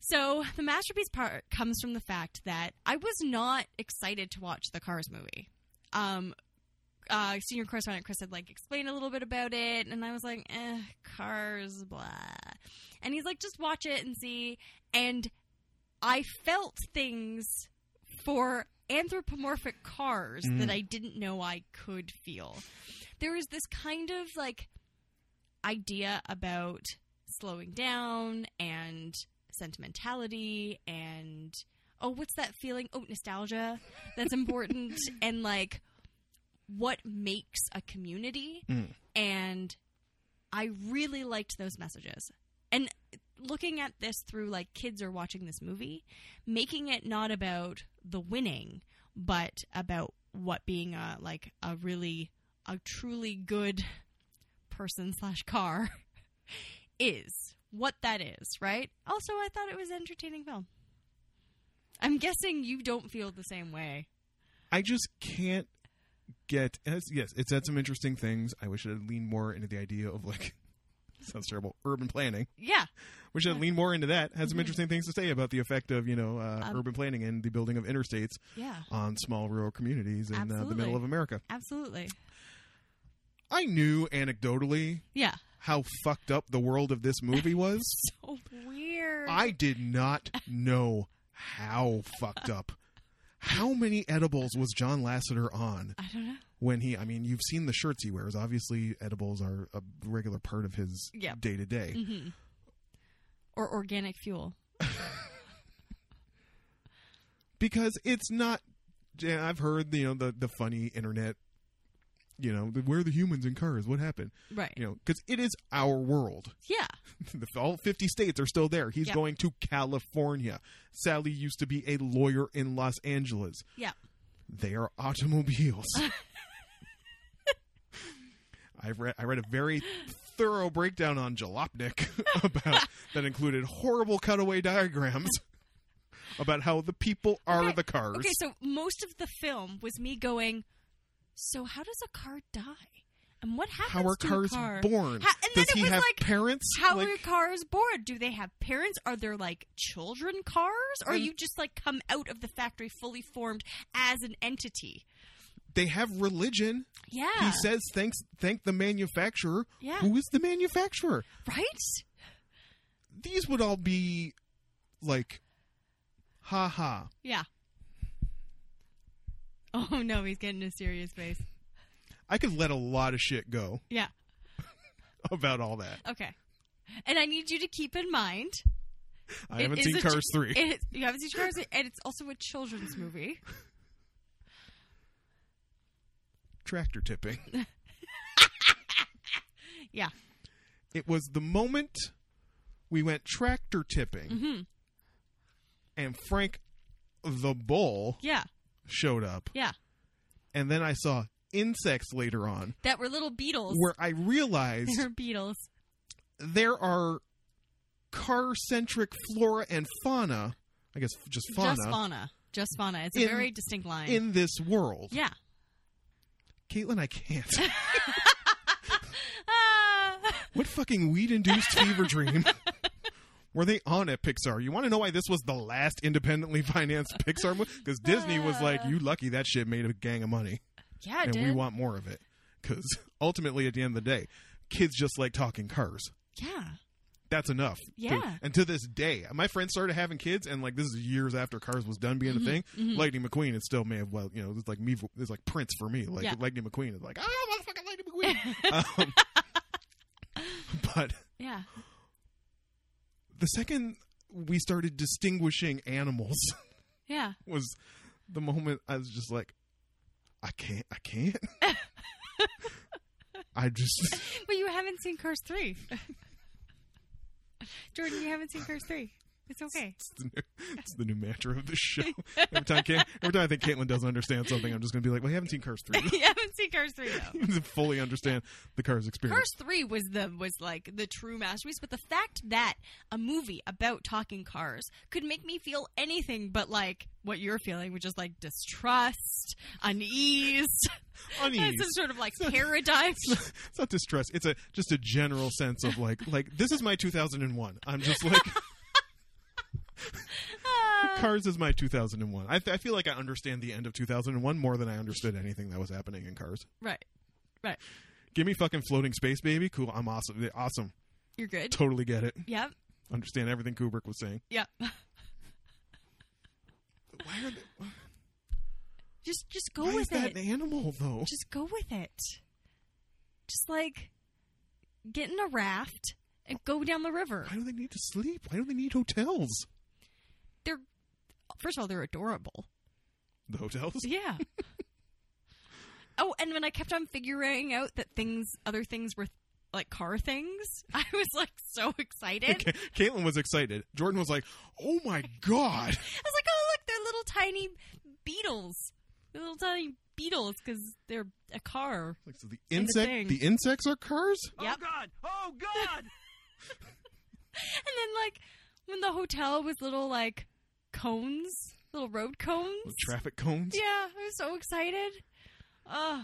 So the masterpiece part comes from the fact that I was not excited to watch the Cars movie. Um, uh, senior correspondent Chris had like explained a little bit about it, and I was like, eh, Cars, blah. And he's like, just watch it and see. And I felt things for anthropomorphic cars that I didn't know I could feel. There is this kind of like idea about slowing down and sentimentality and oh what's that feeling oh nostalgia that's important and like what makes a community and i really liked those messages and looking at this through like kids are watching this movie making it not about the winning but about what being a like a really a truly good person slash car (laughs) is what that is right also i thought it was an entertaining film i'm guessing you don't feel the same way
I just can't get. and it's- Yes, it said some interesting things. I wish it had leaned more into the idea of like. (laughs) Sounds terrible. Urban planning.
yeah
Wish I'd lean more into that. Had some interesting things to say about the effect of you know uh,
Mm-hmm. Um,
urban planning and the building of interstates
yeah
on small rural communities in uh, the
Absolutely.
middle of America.
absolutely
I knew anecdotally
yeah (laughs)
how fucked up the world of this movie was.
so weird
I did not know how fucked up. How many edibles was John Lasseter on
I don't know
when he? I mean, you've seen the shirts he wears. Obviously, edibles are a regular part of his
Yeah. Mm.
day to day.
Mm-hmm. or organic fuel
Because it's not. yeah, I've heard you know the the funny internet you know, the, where are the humans in cars? What happened?
Right.
You know, because it is our world.
Yeah.
The- All 50 states are still there. He's
Yep.
going to California. Sally used to be a lawyer in Los Angeles.
Yeah.
They are
(laughs)
automobiles. I read I read a very thorough breakdown on Jalopnik (laughs) about
(laughs)
that included horrible cutaway diagrams about how the people are
Okay,
the cars.
Okay, so most of the film was me going, so how does a car die? And what happens
how are
to
cars
a car?
born?
Ha- and then
Does
it
he
was
have
like,
parents?
How
Like-
are cars born? Do they have parents? Are there like children cars? Or
And-
you just like come out of the factory fully formed as an entity?
they have religion.
Yeah.
He says thanks thank the manufacturer.
Yeah.
Who is the manufacturer?
right?
These would all be like ha ha.
Yeah. (laughs) Oh no, he's getting a serious face.
I could let a lot of shit go (laughs)
Yeah.
about all that.
Okay. And I need you to keep in mind
I
It
haven't
is
seen
a ch-
Cars 3.
it, you haven't seen Cars, and it's also a children's movie.
Tractor tipping. (laughs)
Yeah.
It was the moment we went tractor tipping
Mhm.
and Frank the Bull
Yeah.
showed up.
Yeah.
And then I saw insects later on
That were little beetles.
where I realized
(laughs) They're beetles.
there are car centric flora and fauna, I guess just fauna,
Just fauna. Just fauna. It's
In-
a very distinct line.
in this world.
yeah.
Caitlin, I can't. (laughs)
Ah.
What fucking weed induced fever dream (laughs) were they on at Pixar? You want to know why this was the last independently financed Pixar movie? Because Disney was like, you lucky that shit made a gang of money.
(laughs) yeah,
and
dude.
we want more of it. Because ultimately, at the end of the day, kids just like talking cars.
yeah.
That's enough. to-
Yeah.
and to this day, my friends started having kids, and like this is years after Cars was done being
Mm-hmm.
a thing. Lightning McQueen, it still may have well, you know, it's like me, it's like Prince for me. Like
Yeah.
Lightning McQueen is like, oh, motherfucking Lightning McQueen.
(laughs)
um, (laughs) but
Yeah.
the second we started distinguishing animals (laughs)
Yeah.
was the moment I was just like, I can't, I can't. (laughs) I just, (laughs)
But you haven't seen Cars 3. (laughs) Jordan, you haven't seen Cars 3. It's okay.
it's the new, it's the new mantra of the show. Every time, Cait- every time I think Caitlin doesn't understand something, I'm just going to be like, well, you haven't seen Cars (laughs) 3.
(laughs) you haven't seen Cars 3 though.
to fully understand the Cars experience.
Cars three was the was like the true masterpiece, but the fact that a movie about talking cars could make me feel anything but like what you're feeling, which is like distrust, unease, (laughs)
Unease.
and some sort of like paradigm.
(laughs) It's not distrust. It's a just a general sense of like, like this is my 2001. I'm just like,
Ah.
Cars is my 2001. I, I feel like I understand the end of 2001 more than I understood anything that was happening in Cars.
right, right.
Give me fucking floating space, baby. Cool. I'm awesome. Awesome.
You're good.
Totally get it.
Yep,
Understand everything Kubrick was saying.
yep.
Why are they,
Just just go
why is
with
that
it.
an animal though?
Just go with it. Just like get in a raft and go down the river.
Why do they need to sleep? Why do they need hotels?
They're first of all they're adorable.
The hotels.
Yeah. (laughs) oh, and when I kept on figuring out that things, other things were like car things, (laughs) I was like so
(laughs)
excited.
Ca- Caitlin was excited. Jordan was like, "Oh my god!" (laughs)
I was like, oh, look, they're little tiny beetles. They're little tiny beetles because they're a car.
Like so the
the
insect,
thing.
the insects are cars.
Yep.
God! Oh God!
(laughs)
(laughs)
And then, like, when the hotel was little, like, cones, little road cones.
Little traffic cones.
yeah, I was so excited. Ugh.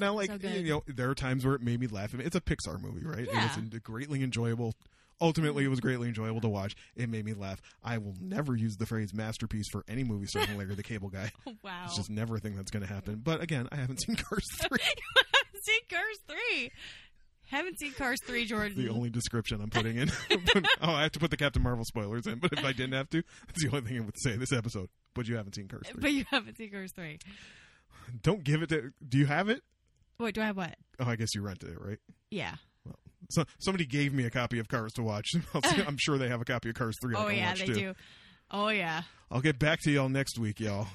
Now, like
So good.
you know, there are times where it made me laugh. I mean, It's a Pixar movie, right? It was
Yeah.
en- greatly enjoyable. Ultimately, it was greatly enjoyable to watch. It made me laugh. I will never use the phrase masterpiece for any movie starring Larry the Cable
(laughs)
Guy.
Oh,
wow.
It's just never a thing that's going to happen. But again, I haven't seen
(laughs)
Cars 3.
haven't seen Cars 3. Haven't seen Cars 3, Jordan.
the only description I'm putting
(laughs)
in. (laughs) oh, I have to put the Captain Marvel spoilers in, but if I didn't have to, that's the only thing I would say this episode. But you haven't seen Cars 3.
But you haven't seen Cars 3.
Don't give it to. Do you have it?
Wait, do I have what?
Oh, I guess you rented it, right?
Yeah.
So somebody gave me a copy of Cars to watch. (laughs) I'll
(laughs)
see- I'm sure they have a copy of Cars Three. I
oh,
can
yeah,
watch
they
too.
do. Oh, yeah.
I'll get back to y'all next week, y'all.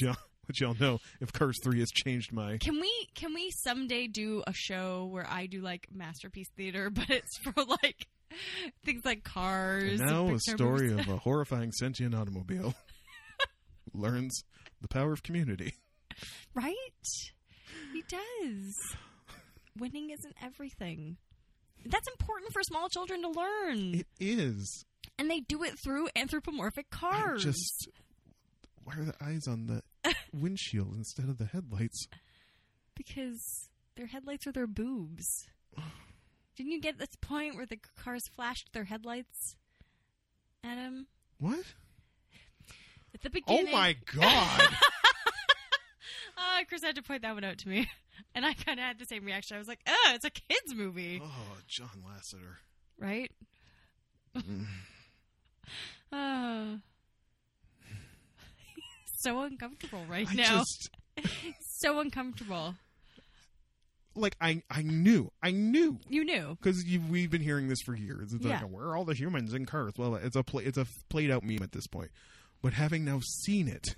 John, (laughs) Let y'all know if Curse Three has changed my.
Can we can we someday do a show where I do like masterpiece theater, (laughs) but it's for like things like
And
cars? and
now a
Pixar
story
movies?
of a horrifying sentient (laughs) automobile learns the power of community.
right? He does. Winning isn't everything. That's important for small children to learn,
It is
and they do it through anthropomorphic
I
cars.
just why are the eyes on (laughs) the windshield instead of the headlights?
because their headlights are their boobs. Didn't you get this point where the cars flashed their headlights? Adam,
What?
at the
Oh
beginning.
my god! (laughs)
Uh, Chris had to point that one out to me, (laughs) and I kind of had the same reaction. I was like, "Oh, it's a kids' movie,
oh, John Lasseter. (sighs)
right?"
Mm.
Uh, (laughs) so uncomfortable right
I
now.
just
(laughs) So uncomfortable.
like I I knew I knew
You knew.
because we've been hearing this for years. It's
Yeah.
like where are all the humans in Curse? Well, it's a play, it's a played out meme at this point. But having now seen
(laughs)
it,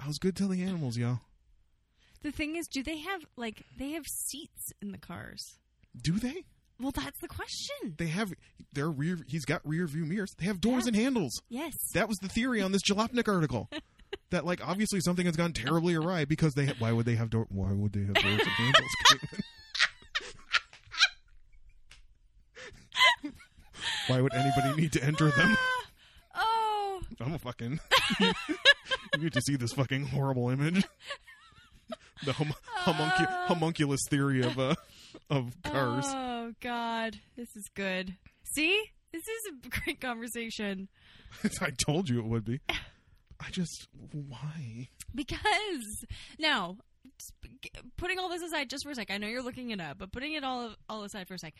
I was good till the animals, y'all.
The thing is, do they have like they have seats in the cars?
Do they?
Well, that's the question.
They have their rear. He's got rear view mirrors. They have doors
Yeah.
and handles.
Yes.
That was the theory on this Jalopnik
(laughs)
article. That like obviously something has gone terribly awry because they why would they have door why would they have doors and
(laughs)
handles? why would anybody need to enter them?
Ah! oh,
I'm a fucking. (laughs) you need to see this fucking horrible image. The hum- homuncu- homunculus theory of uh, of cars.
Oh God, this is good. See, this is a great conversation.
(laughs) I told you it would be. I just why
(laughs) Because now, sp- g- putting all this aside just for a sec, I know you're looking it up, but putting it all all aside for a sec,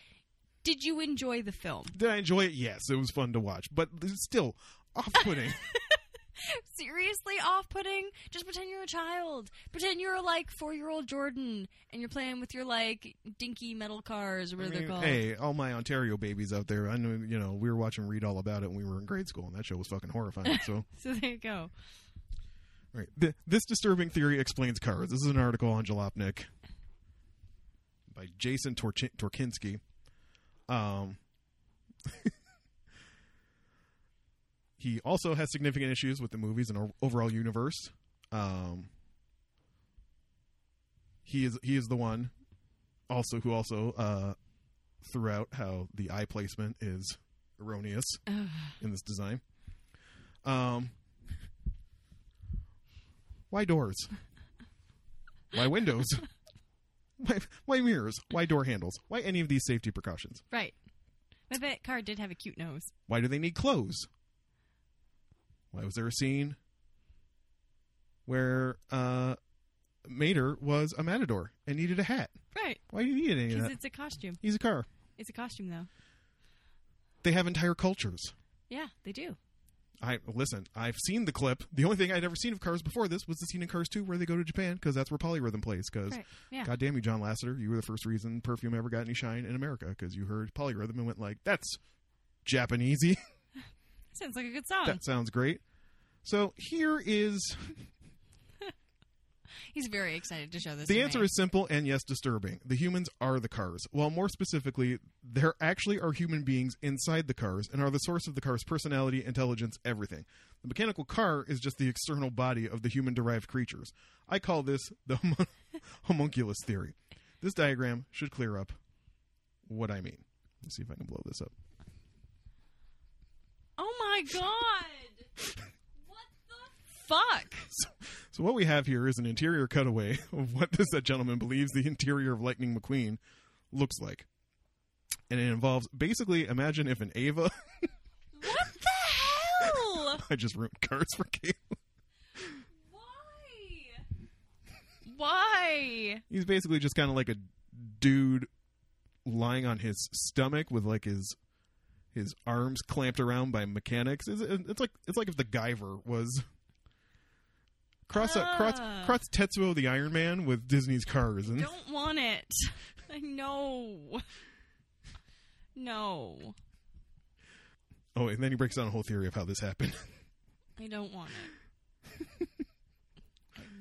did you enjoy the film?
did I enjoy it? Yes, it was fun to watch, but it's still off-putting.
(laughs) Seriously, off-putting. Just pretend you're a child. Pretend you're like four-year-old Jordan, and you're playing with your like dinky metal cars, or
I
whatever they're
mean,
called.
Hey, all my Ontario babies out there, I know you know we were watching Read All About It when we were in grade school, and that show was fucking horrifying. So, all
(laughs) So there you go. (sighs)
right, Th- this disturbing theory explains cars. This is an article on Jalopnik by Jason Torch- Torkinski. Um, (laughs) he also has significant issues with the movies and o- overall universe. Um, he is he is the one also who also uh, throughout how the eye placement is erroneous in this design. Um, why doors? Why windows? (laughs) why, why mirrors? Why door handles? Why any of these safety precautions?
Right. But that car did have a cute nose.
Why do they need clothes? Why was there a scene where uh, Mater was a matador and needed a hat?
Right.
Why do you need any of
Because
that?
it's a costume.
He's a car.
It's a costume, though.
They have entire cultures.
Yeah, they do.
I listen. I've seen the clip. The only thing I'd ever seen of Cars before this was the scene in Cars Two where they go to Japan because that's where Polyrhythm plays. Because
Right. Yeah.
God damn you, John Lasseter, you were the first reason perfume ever got any shine in America because you heard polyrhythm and went like, "That's Japanesey. (laughs)
Sounds like a good song.
that sounds great." So here is
He's very excited to show this.
the
to
answer
me.
is simple and yes, disturbing. The humans are the cars. Well, more specifically, there actually are human beings inside the cars and are the source of the car's personality, intelligence, everything. The mechanical car is just the external body of the human derived creatures. I call this the (laughs) homun- homunculus theory. This diagram should clear up what I mean. Let's see if I can blow this up.
Oh my god! (laughs) what the fuck?
So, so what we have here is an interior cutaway (laughs) of what this gentleman believes the interior of Lightning McQueen looks like. And it involves basically imagine if an Ava (laughs)
What the hell?
I just ruined cars for Caleb.
Why? Why?
He's basically just kind of like a dude lying on his stomach with like his his arms clamped around by mechanics. It's, it's like it's like if the Guyver was cross up cross
Ah.
cross Tetsuo the Iron Man with Disney's cars and
Don't want it. I know. No,
oh and then he breaks down a whole theory of how this happened.
(laughs) I don't want it.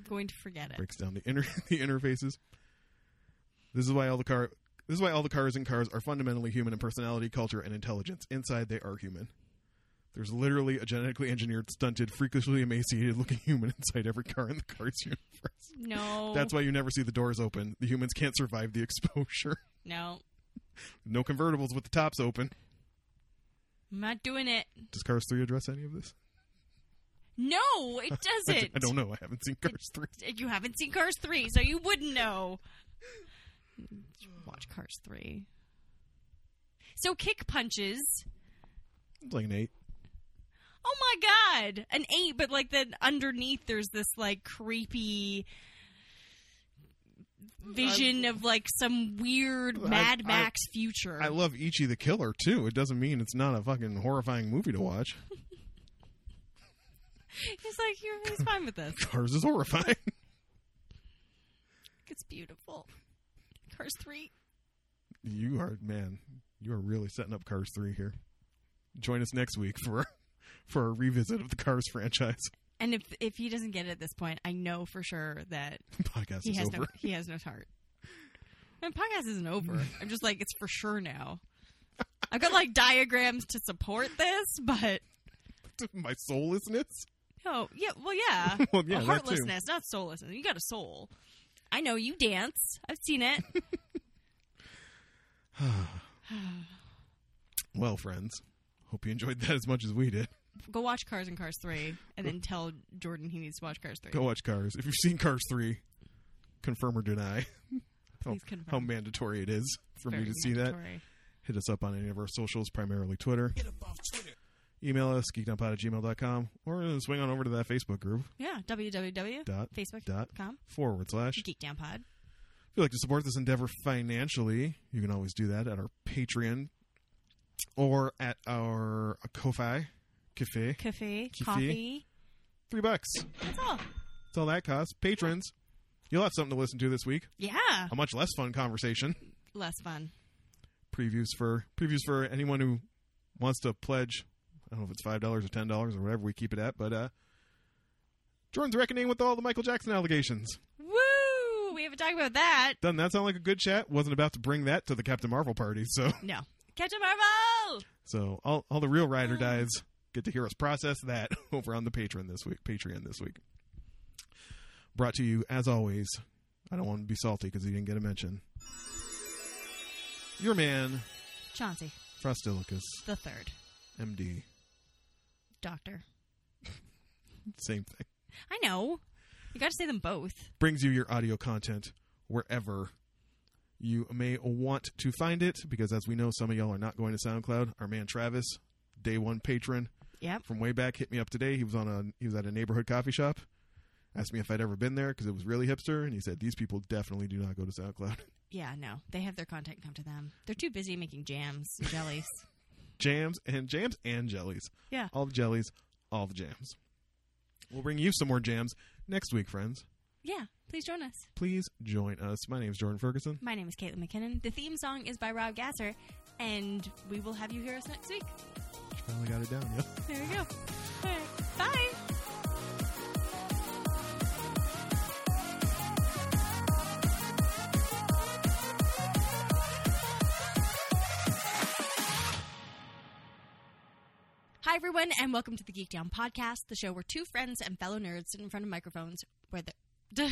going to forget it.
breaks down the inter- (laughs) the interfaces. This is why all the car this is why all the cars and cars are fundamentally human in personality, culture, and intelligence. Inside they are human. There's literally a genetically engineered, stunted, freakishly emaciated looking human inside every car in the car's universe.
No.
That's why you never see the doors open. The humans can't survive the exposure. (laughs)
No.
No convertibles with the tops open.
I'm not doing it.
Does Cars 3 address any of this?
No, (laughs) it
I d-
doesn't.
I don't know. I haven't seen Cars (laughs) 3.
You haven't seen Cars 3, so you wouldn't know. Watch Cars 3. So kick punches.
It's like an 8.
Oh my god, an eight, but like then underneath there's this like creepy vision of like some weird
I-
Mad
I-
Max future.
I love Ichi the Killer too. It doesn't mean it's not a fucking horrifying movie to watch.
he's like, you're, he's fine with this.
Cars is horrifying.
It's beautiful. Cars three.
You are man. You are really setting up Cars Three here. Join us next week for for a revisit of the Cars franchise. (laughs)
And if if he doesn't get it at this point, I know for sure that
Podcast
he
is
has
over. (laughs)
no (laughs) he has no heart. And podcast isn't over. I'm just like it's for sure now. I've got like diagrams to support this, but
My soullessness.
no, yeah, well, yeah,
(laughs) Well, yeah, that
A
too.
heartlessness, not soullessness. You got a soul. I know you dance. I've
(laughs)
seen it.
Well, friends, hope you enjoyed that as much as we did.
Go watch Cars and Cars Three, and then tell Jordan he needs to watch Cars Three.
Go watch Cars. If you've seen Cars Three, confirm or deny.
(laughs)
how-
Please confirm.
How mandatory it is for
Very
me to see that.
mandatory.
Hit us up on any of our socials, primarily Twitter.
Get up off Twitter.
Email us, geekdumpod at gmail.com, or swing on over to that Facebook group,
Yeah. www.
dot,
Facebook.
dot,
com.
forward slash
Geek Down Pod.
If you'd like to support this endeavor financially, you can always do that at our Patreon or at our Ko-fi, Cafe.
Cafe.
Cafe.
Coffee.
Three bucks.
That's all.
That's all that costs. Patrons, you'll have something to listen to this week.
Yeah.
A much less fun conversation.
Less fun.
Previews for previews for anyone who wants to pledge. I don't know if it's five dollars or ten dollars or whatever we keep it at, but uh Jordan's reckoning with all the Michael Jackson allegations.
Woo! We haven't talked about that.
Doesn't that sound like a good chat? Wasn't about to bring that to the Captain Marvel party, so
No. Captain Marvel.
So all, all the real ride or dies get to hear us process that (laughs) over on the Patreon this week. Patreon this week. Brought to you as always. I don't want to be salty because he didn't get a mention. Your man,
Chauncey
Frostilicus,
the third.
MD.
Doctor.
Same thing.
I know. You got to say them both.
Brings you your audio content wherever you may want to find it because, as we know, some of y'all are not going to SoundCloud. Our man Travis, day one patron,
Yep.
from way back hit me up today. He was on a he was at a neighborhood coffee shop. Asked me if I'd ever been there because it was really hipster, and he said these people definitely do not go to SoundCloud. (laughs)
Yeah, no. They have their content come to them. They're too busy making jams, and jellies. Oh.
jams and jams and jellies,
(laughs) yeah.
all the jellies, all the jams. We'll bring you some more jams next week, friends.
Yeah. Please join us.
Please join us. My name is Jordan Ferguson.
My name is Caitlin McKinnon. The theme song is by Rob Gasser, and we will have you hear us next week.
Finally got it down. Yep.
There we go. All right. Bye. Hi, everyone, and welcome to the Geek Down Podcast, the show where two friends and
(laughs)
(laughs) fellow nerds sit in front of microphones where they're.